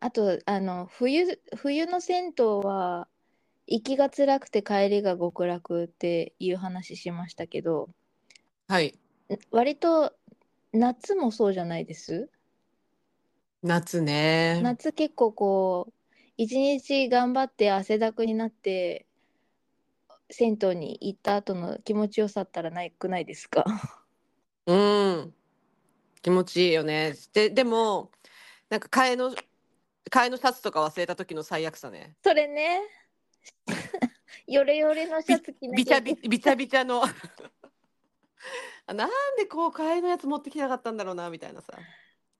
Speaker 1: あとあの冬冬の銭湯は行きが辛くて帰りが極楽っていう話しましたけど
Speaker 2: はい
Speaker 1: 割と夏もそうじゃないです
Speaker 2: 夏ね。
Speaker 1: 夏結構こう一日頑張って汗だくになって銭湯に行った後の気持ちよさったらないくないですか
Speaker 2: うん。気持ちいいよね。で、でも、なんか替えの、替えのシャツとか忘れた時の最悪さね。
Speaker 1: それね ヨレヨレのシャツ着な
Speaker 2: び
Speaker 1: き
Speaker 2: ち
Speaker 1: ゃ
Speaker 2: ゃ
Speaker 1: いけ
Speaker 2: び、びちゃびちゃの。 あなんでこう替えのやつ持ってきなかったんだろうな、みたいなさ。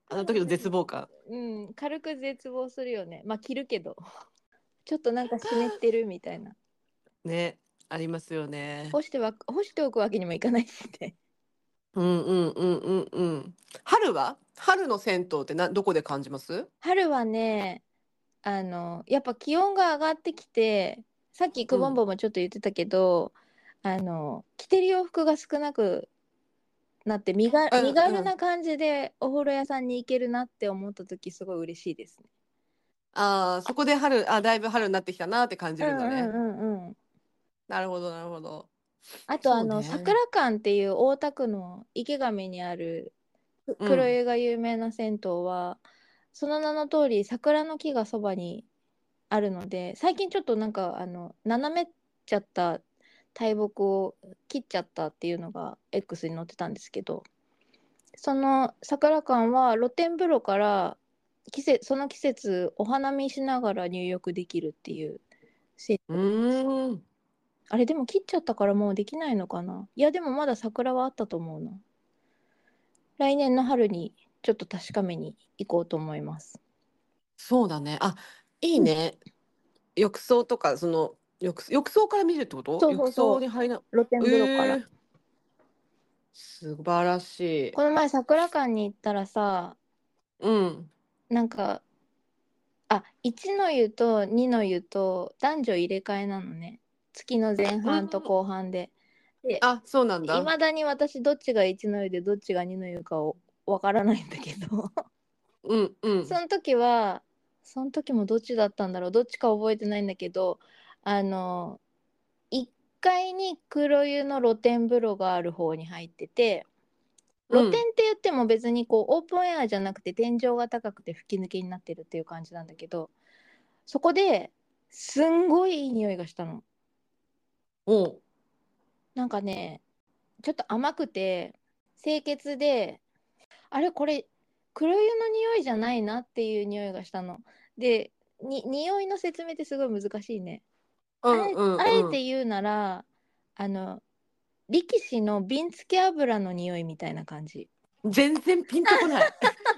Speaker 2: あの時の絶望感。
Speaker 1: うん軽く絶望するよねまあ着るけどちょっとなんか湿ってるみたいな
Speaker 2: ね。ありますよね。
Speaker 1: 干しては干しておくわけにもいかないしね
Speaker 2: うんうんうんうんうん。春は春の銭湯ってな、どこで感じます
Speaker 1: 春はねあのやっぱ気温が上がってきてさっきくぼんぼもちょっと言ってたけど、あの着てる洋服が少なくなって身が、
Speaker 2: うん
Speaker 1: 身軽な感じでお風呂屋さんに行けるなって思った時すごい嬉しいですね。
Speaker 2: ああ、そこで春、あ、だいぶ春になってきたなって感じるんだ
Speaker 1: うんう
Speaker 2: ね。
Speaker 1: んうんうん
Speaker 2: なるほど、なるほど。
Speaker 1: あと、あ
Speaker 2: そう
Speaker 1: の
Speaker 2: ね
Speaker 1: 桜館っていう大田区の池上にあるく
Speaker 2: うん
Speaker 1: 黒湯が有名な銭湯は、その名の通り桜の木がそばにあるので最近ちょっとなんかあの斜めっちゃった大木を切っちゃったっていうのが X に載ってたんですけどその桜館は露天風呂から季節その季節お花見しながら入浴できるっていう
Speaker 2: うーん。
Speaker 1: あれでも切っちゃったからもうできないのかないやでもまだ桜はあったと思うな来年の春にちょっと確かめに行こうと思います
Speaker 2: そうだね。あ、いいね。浴槽とか、その、浴、浴槽から見るってこと
Speaker 1: そうそうそう
Speaker 2: 浴槽に入ら、
Speaker 1: 露天風呂から、
Speaker 2: えー素晴らしい。
Speaker 1: この前桜館に行ったらさ
Speaker 2: うん。
Speaker 1: なんかあ1の湯と2の湯と男女入れ替えなのね月の前半と後半で
Speaker 2: あ、そうなん
Speaker 1: い
Speaker 2: だ。
Speaker 1: まだに私どっちが1の湯でどっちが2の湯かをわからないんだけど
Speaker 2: うん、うん。
Speaker 1: その時はその時もどっちだったんだろうどっちか覚えてないんだけどあの1階に黒湯の露天風呂がある方に入ってて露天って言っても別にこうオープンエアじゃなくて天井が高くて吹き抜けになってるっていう感じなんだけどそこですんごいいい匂いがしたの。
Speaker 2: おう
Speaker 1: なんかねちょっと甘くて清潔であれこれ黒湯の匂いじゃないなっていう匂いがしたの。でに匂いの説明ってすごい難しいね。
Speaker 2: う
Speaker 1: あ
Speaker 2: ん
Speaker 1: え
Speaker 2: うん
Speaker 1: あえ
Speaker 2: うん
Speaker 1: て言うならあの力士の瓶付け油の匂いみたいな感じ。
Speaker 2: 全然ピンとこない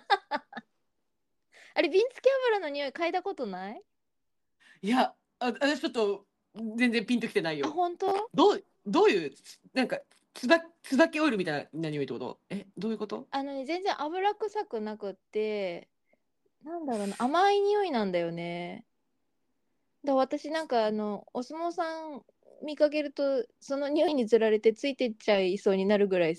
Speaker 1: あれ瓶付け油の匂い嗅いだことない
Speaker 2: いやあ私ちょっと全然ピンときてない
Speaker 1: あ
Speaker 2: よ
Speaker 1: 本当
Speaker 2: どうどういうなんかつば椿オイルみたいな匂いってことえどういうこと
Speaker 1: あのね全然油臭くなくってなんだろうな甘い匂いなんだよね。だ私なんかあのお相撲さん見かけるとその匂いにつられてついてっちゃいそうになるぐらい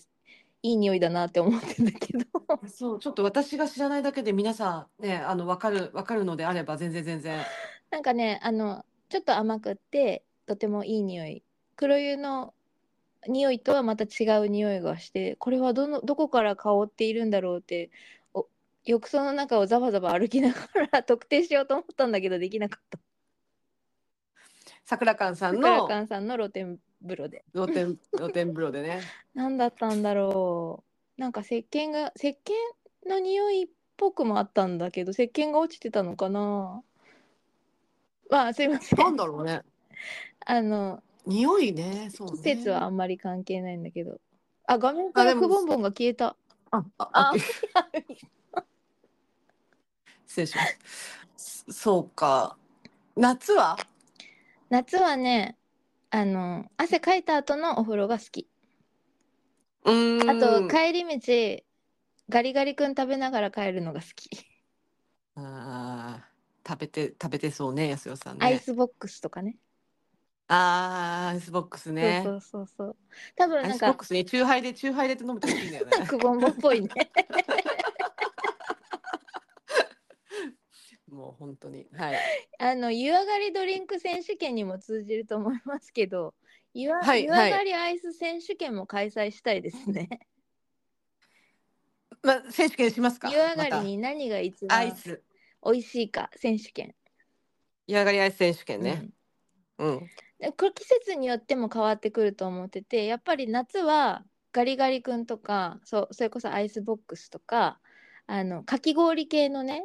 Speaker 1: いい匂いだなって思ってんだけど
Speaker 2: そうちょっと私が知らないだけで皆さんねあの分かる分かるのであれば全然全然
Speaker 1: なんかねあのちょっと甘くってとてもいい匂い黒湯の匂いとはまた違う匂いがしてこれはどのどこから香っているんだろうってお浴槽の中をざわざわ歩きながら 特定しようと思ったんだけどできなかった
Speaker 2: 桜館さん
Speaker 1: 桜
Speaker 2: の
Speaker 1: 館さんの露天風呂で
Speaker 2: 露天露天風呂でね
Speaker 1: 何だったんだろうなんか石鹸が石鹸の匂いっぽくもあったんだけど石鹸が落ちてたのかなまあすいません
Speaker 2: なんだろうね
Speaker 1: あの
Speaker 2: 匂いねそうね
Speaker 1: 季節はあんまり関係ないんだけどあ画面か
Speaker 2: あ
Speaker 1: ら
Speaker 2: で
Speaker 1: く
Speaker 2: も
Speaker 1: ぼんぼんが消えた
Speaker 2: ああ
Speaker 1: あ
Speaker 2: あ 失礼しますそうか夏は
Speaker 1: 夏はねあの汗かいた後のお風呂が好き
Speaker 2: うーん
Speaker 1: あと帰り道ガリガリ君食べながら帰るのが好き
Speaker 2: あー食べて食べてそうね安代さんね
Speaker 1: アイスボックスとかね
Speaker 2: あーアイスボックスね
Speaker 1: そうそうそうそう多分
Speaker 2: アイ
Speaker 1: なん
Speaker 2: スボッ
Speaker 1: か
Speaker 2: クスにチューハイでチューハイでって飲むといい んだよね
Speaker 1: くぼんぼんっぽいね
Speaker 2: もう本当にはい
Speaker 1: あの湯上がりドリンク選手権にも通じると思いますけど湯,、
Speaker 2: はい
Speaker 1: 湯上
Speaker 2: はい
Speaker 1: がりアイス選手権も開催したいですね
Speaker 2: まあ選手権しますか
Speaker 1: 湯上がり
Speaker 2: ま
Speaker 1: に何が一
Speaker 2: たアイ
Speaker 1: 番
Speaker 2: ス
Speaker 1: 美味しいか選手権
Speaker 2: 湯上がりアイス選手権
Speaker 1: うん
Speaker 2: ねうん、
Speaker 1: でこれ季節によっても変わってくると思っててやっぱり夏はガリガリ君とかそうそれこそアイスボックスとかあのかき氷系のね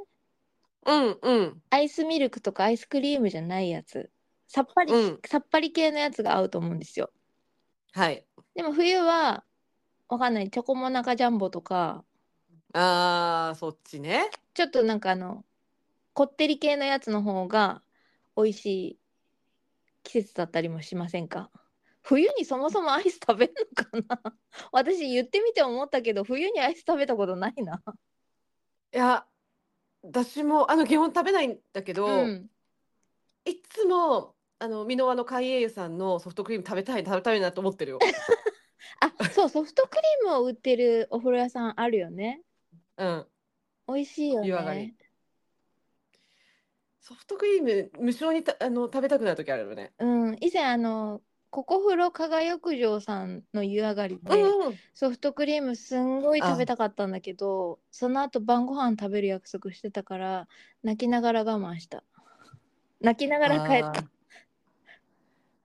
Speaker 2: うんうん
Speaker 1: アイスミルクとかアイスクリームじゃないやつさっぱり、
Speaker 2: うん
Speaker 1: さっぱり系のやつが合うと思うんですよ
Speaker 2: はい
Speaker 1: でも冬はわかんないチョコモナカジャンボとか
Speaker 2: あーそっちね
Speaker 1: ちょっとなんかあのこってり系のやつの方が美味しい季節だったりもしませんか冬にそもそもアイス食べるのかな 私言ってみて思ったけど冬にアイス食べたことないな、
Speaker 2: いや私もあの基本食べないんだけど、
Speaker 1: うん、
Speaker 2: いつもあの箕輪の海栄湯さんのソフトクリーム食べたい食べたいなと 思ってるよ
Speaker 1: あそうソフトクリームを売ってるお風呂屋さんあるよね
Speaker 2: うん
Speaker 1: 美味しいよ
Speaker 2: 湯上がり
Speaker 1: ね
Speaker 2: ソフトクリーム無償にたあの食べたくなる時あるよね
Speaker 1: うん以前あのここ風呂加賀浴場さんの湯上がりで、
Speaker 2: うんうん
Speaker 1: ソフトクリームすんごい食べたかったんだけどその後晩ご飯食べる約束してたから泣きながら我慢した泣きながら帰っ
Speaker 2: あ
Speaker 1: た
Speaker 2: ー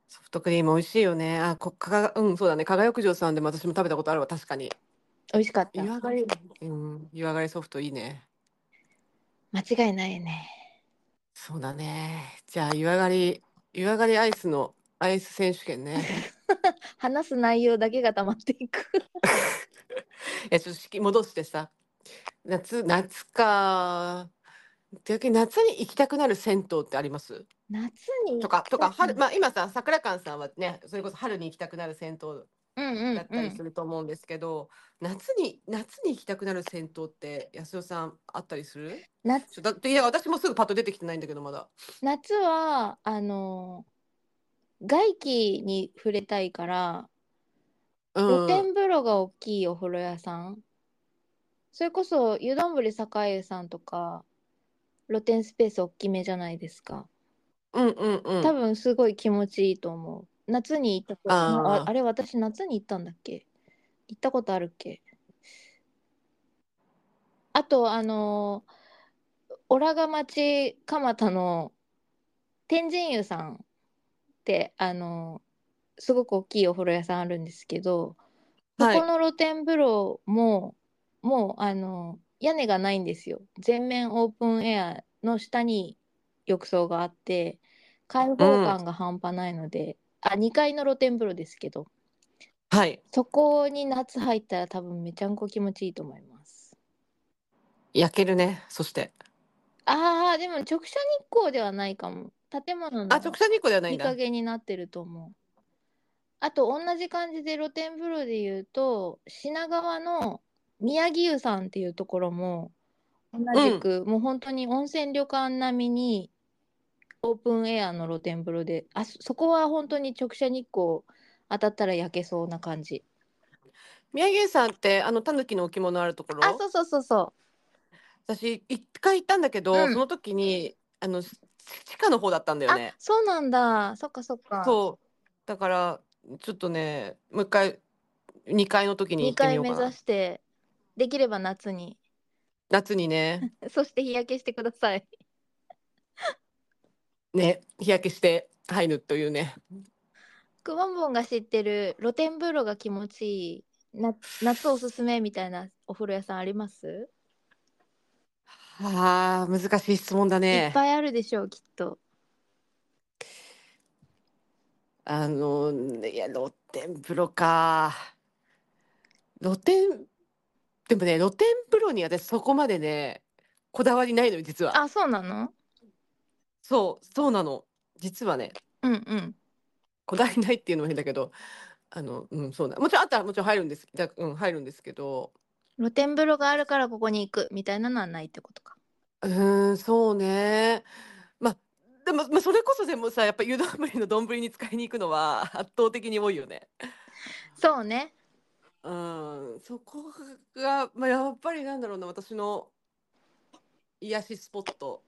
Speaker 2: ソフトクリーム美味しいよねあこかがうんそうだね加賀浴場さんでも私も食べたことあるわ確かに
Speaker 1: 美味しかった
Speaker 2: 湯上がりうん湯上がりソフトいいね
Speaker 1: 間違いないね
Speaker 2: そうだねじゃあ湯上がり湯上がりアイスのアイス選手権ね
Speaker 1: 話す内容だけが溜まっていく
Speaker 2: えちょっと式戻してさ夏夏か逆に夏に行きたくなる銭湯ってあります
Speaker 1: 夏に
Speaker 2: とかとか春、
Speaker 1: うん
Speaker 2: まあ、今さ桜館さんはねそれこそ春に行きたくなる銭湯
Speaker 1: うんう
Speaker 2: だったり
Speaker 1: ん
Speaker 2: すると思うんですけど、夏に夏に行きたくなる銭湯って安代さんあったりする
Speaker 1: 夏
Speaker 2: ちょだっていや私もすぐパッと出てきてないんだけどまだ。
Speaker 1: 夏はあの外気に触れたいから
Speaker 2: うん
Speaker 1: 露天風呂が大きいお風呂屋さんそれこそ湯どんぶり栄さんとか露天スペース大きめじゃないですか
Speaker 2: うんうんうん
Speaker 1: 多分すごい気持ちいいと思う夏に行ったこと
Speaker 2: あー
Speaker 1: ああれ私夏に行ったんだっけ行ったことあるっけあとあのーオラが町蒲田の天神湯さんってあのーすごく大きいお風呂屋さんあるんですけど、そ
Speaker 2: はい
Speaker 1: この露天風呂も、もうあの屋根がないんですよ。全面オープンエアの下に浴槽があって、開放感が半端ないので、あ、2階の露天風呂ですけど、
Speaker 2: はい。
Speaker 1: そこに夏入ったら多分めちゃんこ気持ちいいと思います。
Speaker 2: 焼けるね。そして。
Speaker 1: ああ、でも直射日光ではないかも。建物の
Speaker 2: あ、直射日光ではないん
Speaker 1: 日
Speaker 2: だ。
Speaker 1: 陰になってると思う。あと同じ感じで露天風呂で言うと品川の宮城湯さんっていうところも同じく、もう本当に温泉旅館並みにオープンエアの露天風呂であそそこは本当に直射日光当たったら焼けそうな感じ
Speaker 2: 宮城さんって、あの、狸の置物あるところ。
Speaker 1: あそうそうそうそ
Speaker 2: 私、一回行ったんだけど、
Speaker 1: うん
Speaker 2: その時に、あの、し地下の方だったんだ
Speaker 1: う、
Speaker 2: よね
Speaker 1: あ。そうなんだそっかそっか
Speaker 2: そう。だから、ちょっとね、もう一回、二階の時に行
Speaker 1: 2
Speaker 2: ってみ
Speaker 1: 回
Speaker 2: よう
Speaker 1: 目
Speaker 2: かな
Speaker 1: 指。してできれば夏に
Speaker 2: 夏にね、
Speaker 1: そして日焼けしてください
Speaker 2: ね、日焼けして入るというね。
Speaker 1: くぼんぼんが知ってる露天風呂が気持ちいいな夏おすすめみたいなお風呂屋さんあります、
Speaker 2: ああ、難しい質問だ
Speaker 1: いっ
Speaker 2: ね。
Speaker 1: ぱいあるでしょうきっと
Speaker 2: あの、いや、露天風呂か。露天、でもね、露天風呂に私そこまでね、こだわりないのよ、実は。
Speaker 1: あそうなの
Speaker 2: そう、そうなの。実はね、
Speaker 1: うんうん
Speaker 2: こだわりないっていうのも変だけど、あの、うん、そうな。もちろんあったらもちろん入るんです、だうん、入るんですけど、
Speaker 1: 露天風呂があるからここに行くみたいなのはないってことか
Speaker 2: うーん、そうね。まあ、でも、まあ、それこそでもさ、やっぱ湯丼の丼に使いに行くのは 圧倒的に多いよね。
Speaker 1: そうね
Speaker 2: うん、そこが、まあ、やっぱりなんだろうな、私の癒しスポット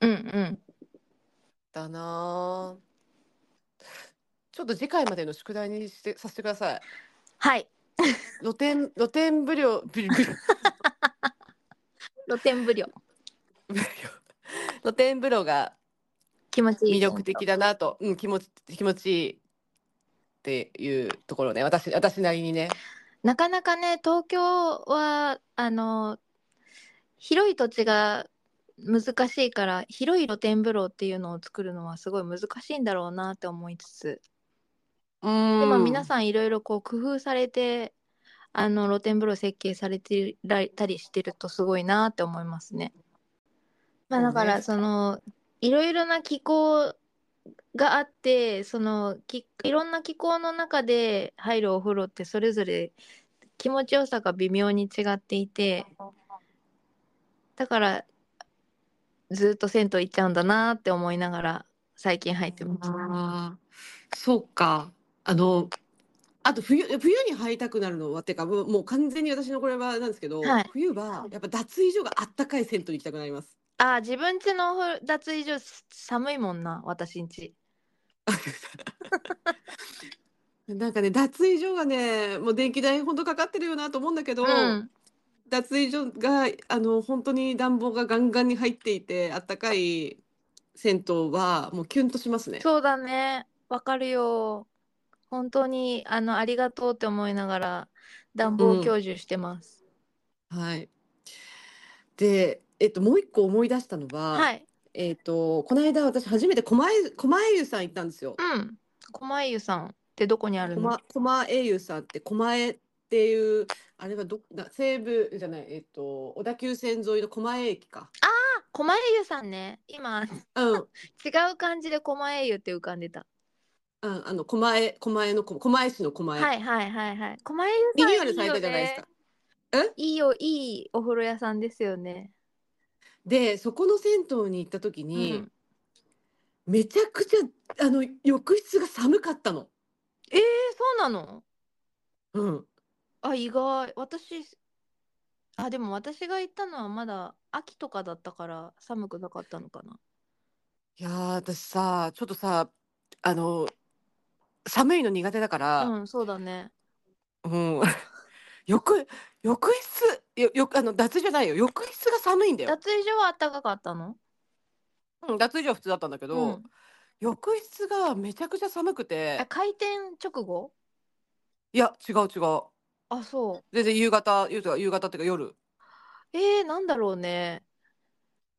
Speaker 1: うんうん
Speaker 2: だな。ちょっと次回までの宿題にしてさせてください。
Speaker 1: はい
Speaker 2: 露天露天風呂ぶりぶり
Speaker 1: 露天風呂
Speaker 2: 露天風呂が
Speaker 1: 気持ちいい
Speaker 2: 魅力的だなと、うん、気持ち気持ちいいっていうところね、私私なりにね。
Speaker 1: なかなかね東京はあの広い土地が難しいから広い露天風呂っていうのを作るのはすごい難しいんだろうなって思いつつ
Speaker 2: う
Speaker 1: でも
Speaker 2: ん、
Speaker 1: 皆さんいろいろこう工夫されてあの露天風呂設計されてらたりしてるとすごいなって思いますね。まあ、
Speaker 2: そうね
Speaker 1: だからそのいろいろな気候があってそのきいろんな気候の中で入るお風呂ってそれぞれ気持ちよさが微妙に違っていてだからずっと銭湯行っちゃうんだなって思いながら最近入ってます。
Speaker 2: ああ、そうか。あの、あと冬、冬に入りたくなるのは、てか、もうもう完全に私のこれはなんですけど、
Speaker 1: はい
Speaker 2: 冬はやっぱ脱衣所があったかい銭湯に行きたくなります。
Speaker 1: あー自分家のお風呂脱衣所す寒いもんな私んち。
Speaker 2: なんかね、脱衣所がね、もう電気代ほんとかかってるよなと思うんだけど、
Speaker 1: うん
Speaker 2: 脱衣所が、あの、本当に暖房がガンガンに入っていて、あったかい銭湯は、もうキュンとしますね。
Speaker 1: そうだね。わかるよ。本当に、あの、ありがとうって思いながら、暖房を享受してます。
Speaker 2: はい。で、えっと、もう一個思い出したのは、
Speaker 1: はい。
Speaker 2: えっと、この間私初めて狛江、狛江湯さん行ったんですよ。
Speaker 1: うん。狛江湯さんってどこにあるの
Speaker 2: 狛、狛江湯さんって狛江っていう、あれはど、な西武じゃない、えっと、小田急線沿いの狛江駅か。
Speaker 1: 狛江湯さんね。今、違
Speaker 2: うん、うん、
Speaker 1: う感じで狛江湯って浮かんでた。
Speaker 2: あの、狛江、狛江の狛、狛江市の狛江。
Speaker 1: はいはいはいはい。狛江湯
Speaker 2: リ
Speaker 1: さん
Speaker 2: ニューアルされたじゃないですか。
Speaker 1: いいよね。いいよ、いいお風呂屋さんですよね。
Speaker 2: で、そこの銭湯に行った時
Speaker 1: う
Speaker 2: に
Speaker 1: ん。、
Speaker 2: めちゃくちゃ、あの、浴室が寒かったの。
Speaker 1: えー、そうなの
Speaker 2: うん。
Speaker 1: あ、意外。私、あ、でも私が行ったのはまだ秋とかだったから寒くなかったのかな。
Speaker 2: いやー、私さ、ちょっとさ、あの、寒いの苦手だから、
Speaker 1: うん、そうだね。
Speaker 2: うん、 浴、浴室、よ、よ、あの、脱衣じゃないよ。浴室が寒いんだよ。
Speaker 1: 脱衣所は暖かかったの
Speaker 2: うん脱衣所は普通だったんだけど、
Speaker 1: うん
Speaker 2: 浴室がめちゃくちゃ寒く
Speaker 1: あ、
Speaker 2: て、
Speaker 1: 開店直後
Speaker 2: いや、違う違う。
Speaker 1: あ、そ
Speaker 2: 全然夕方、夕方夕方っていうか夜。
Speaker 1: う。えー、なんだろうね。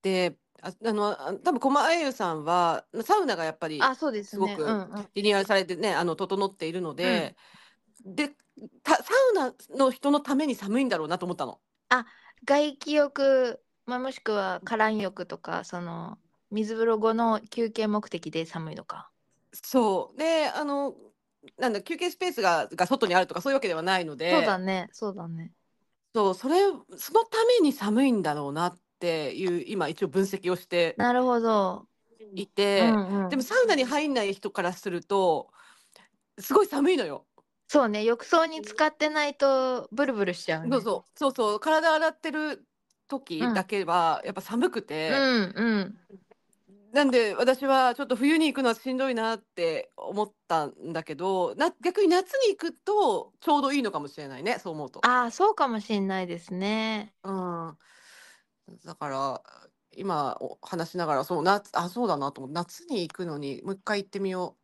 Speaker 2: で、あ、あの、あ多分駒あゆさんは、サウナがやっぱり
Speaker 1: あ、そうです
Speaker 2: すご
Speaker 1: ね。
Speaker 2: く
Speaker 1: うんうん。
Speaker 2: リニューアルされてね、あの、整っているので、で、た、サウナの人のために寒いんだろうなと思ったの。
Speaker 1: 外気浴、まあ、もしくはカラン浴とか、その、水風呂後の休憩目的で寒いのか。
Speaker 2: そう。で、あの、なんだ、休憩スペースが、が外にあるとかそういうわけではないの
Speaker 1: そうだ
Speaker 2: で、
Speaker 1: ね、そうだね。
Speaker 2: そう、それ、そのために寒いんだろうなっていう、今一応分析をして
Speaker 1: なるほど。
Speaker 2: いうて、
Speaker 1: んう
Speaker 2: でも
Speaker 1: ん。
Speaker 2: サウナに入んない人からすると、すごい寒いのよ。
Speaker 1: そうね、浴槽に使ってないとブルブルしちゃう
Speaker 2: そう
Speaker 1: ね。
Speaker 2: そう、そうそう、体洗ってる
Speaker 1: う
Speaker 2: 時
Speaker 1: ん
Speaker 2: だけは、やっぱ寒く
Speaker 1: う
Speaker 2: て、
Speaker 1: んうん。
Speaker 2: なんで私はちょっと冬に行くのはしんどいなって思ったんだけど、な、逆に夏に行くとちょうどいいのかもしれないね、そう思うと。
Speaker 1: ああ、そうかもしんないですね。
Speaker 2: うん。だから、今お話しながら、そう、夏、あ、そうだなと思って、夏に行くのに、もう一回行ってみよ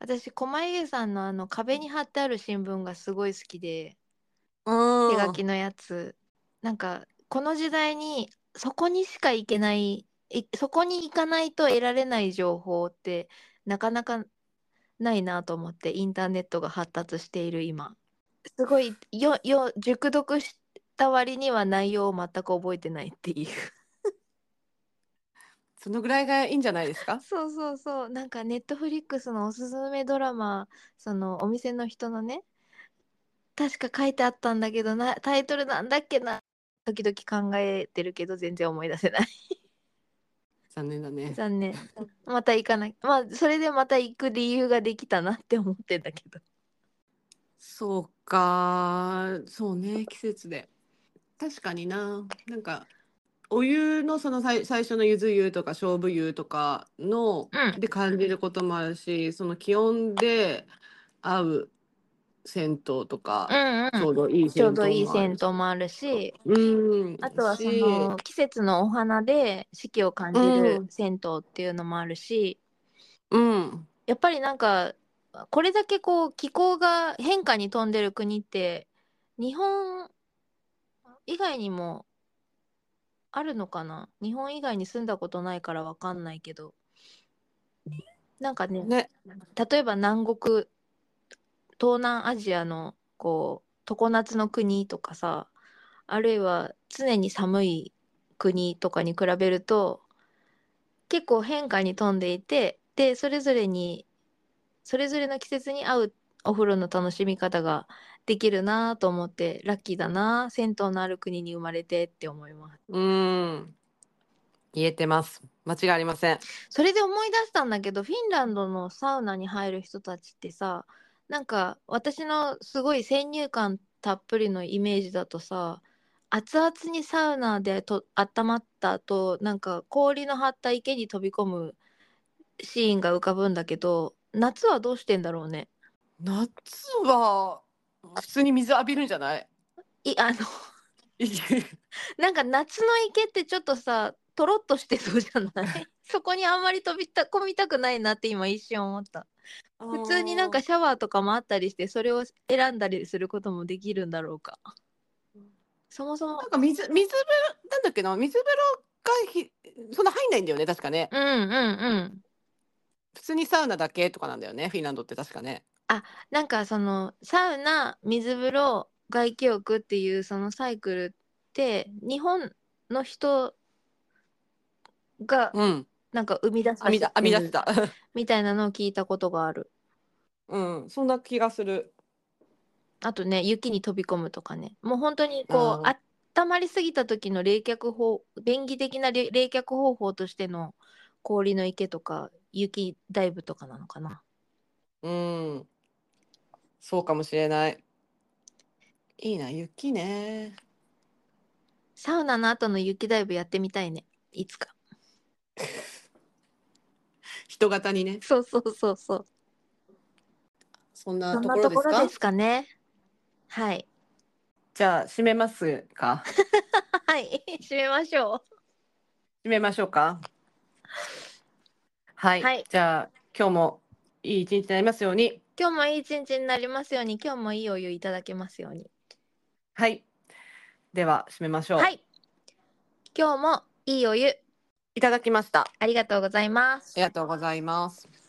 Speaker 1: 私、駒家さんのあの壁に貼ってある新聞がすごい好きで、
Speaker 2: う。う
Speaker 1: 手
Speaker 2: ん。
Speaker 1: 書きのやつ。なんか、この時代にそこにしか行けない、いそこに行かないと得られない情報ってなかなかないなと思って、インターネットが発達している今。すごい、よ、よ、熟読した割には内容を全く覚えてないっていう。
Speaker 2: そのぐらいがいいんじゃないですか
Speaker 1: そうそうそうなんかネットフリックスのおすすめドラマそのお店の人のね確か書いてあったんだけどなタイトルなんだっけな時々考えてるけど全然思い出せ ない
Speaker 2: 残念だね。
Speaker 1: 残念また行かないまあそれでまた行く理由ができたなって思ってんだけど
Speaker 2: そうか、そうね、季節で。確かにな、なんか、お湯のその最、最初のゆず湯とか勝負湯とかの、
Speaker 1: うん
Speaker 2: で感じることもあるし、その気温で合う銭湯と
Speaker 1: う
Speaker 2: か、
Speaker 1: ん
Speaker 2: ち
Speaker 1: う
Speaker 2: ょ
Speaker 1: ん
Speaker 2: うどいい
Speaker 1: ちょ
Speaker 2: 銭
Speaker 1: うど
Speaker 2: 湯
Speaker 1: いい
Speaker 2: もあ
Speaker 1: 銭
Speaker 2: る
Speaker 1: 湯もあるし
Speaker 2: うん、
Speaker 1: あとはそ
Speaker 2: し、
Speaker 1: の季節のお花で四季を感じる銭湯っていうのもあるし、
Speaker 2: うん、
Speaker 1: やっぱりなんかこれだけこう気候が変化に富んでる国って日本以外にもあるのかな日本以外に住んだことないからわかんないけどなんかね
Speaker 2: ね、
Speaker 1: 例えば南国東南アジアのこう常夏の国とかさあるいは常に寒い国とかに比べると結構変化に富んでいてでそれぞれにそれぞれの季節に合うお風呂の楽しみ方ができるなと思ってラッキーだな銭湯のある国に生まれてって思います
Speaker 2: うん、言えてます。間違いありません。
Speaker 1: それで思い出したんだけどフィンランドのサウナに入る人たちってさなんか私のすごい先入観たっぷりのイメージだとさ熱々にサウナでと温まった後なんか氷の張った池に飛び込むシーンが浮かぶんだけど夏はどうしてんだろうね
Speaker 2: 夏は、普通に水浴びるんじゃない
Speaker 1: い あのなんか夏の池ってちょっとさとろっとしてそうじゃない そこにあんまり飛びた込みたくないなって今一瞬思った普通になんかシャワーとかもあったりしてそれを選んだりすることもできるんだろうかそもそも
Speaker 2: なんか水、水風呂、なんだっけな、水風呂がひ、そんな入んないんだよね、確かね。
Speaker 1: うんうんうん
Speaker 2: 普通にサウナだけとかなんだよね、フィンランドって確かね。
Speaker 1: なんかそのサウナ水風呂外気浴っていうそのサイクルって日本の人が
Speaker 2: うん。
Speaker 1: なんか生み出した
Speaker 2: 編み出、編み出した。
Speaker 1: みたいなのを聞いたことがある
Speaker 2: うん、そんな気がする。
Speaker 1: あとね、雪に飛び込むとかね、もう本当にこう、あ
Speaker 2: あ
Speaker 1: ったまりすぎた時の冷却法、便宜的な冷冷却方法としての氷の池とか、雪ダイブとかなのかな。
Speaker 2: うん。そうかもしれない。いいな、雪ね。
Speaker 1: サウナの後の雪ダイブやってみたいね、いつか。
Speaker 2: 人型にね。
Speaker 1: そうそうそうそう。
Speaker 2: そんな
Speaker 1: そん
Speaker 2: と
Speaker 1: な
Speaker 2: こ
Speaker 1: と
Speaker 2: ろです
Speaker 1: ころ
Speaker 2: か
Speaker 1: ですかね。はい。
Speaker 2: じゃあ、締めますか。
Speaker 1: はい、締めましょう。
Speaker 2: 締めましょうか。はい、
Speaker 1: はい
Speaker 2: じゃあ今日もいい一日になりますように。
Speaker 1: 今日もいい一日になりますように、今日もいいお湯いただけますように。
Speaker 2: はい。では締めましょう。
Speaker 1: はい。今日もいいお湯、
Speaker 2: いただきました。あ
Speaker 1: ありがとうございます
Speaker 2: り。がとうございます。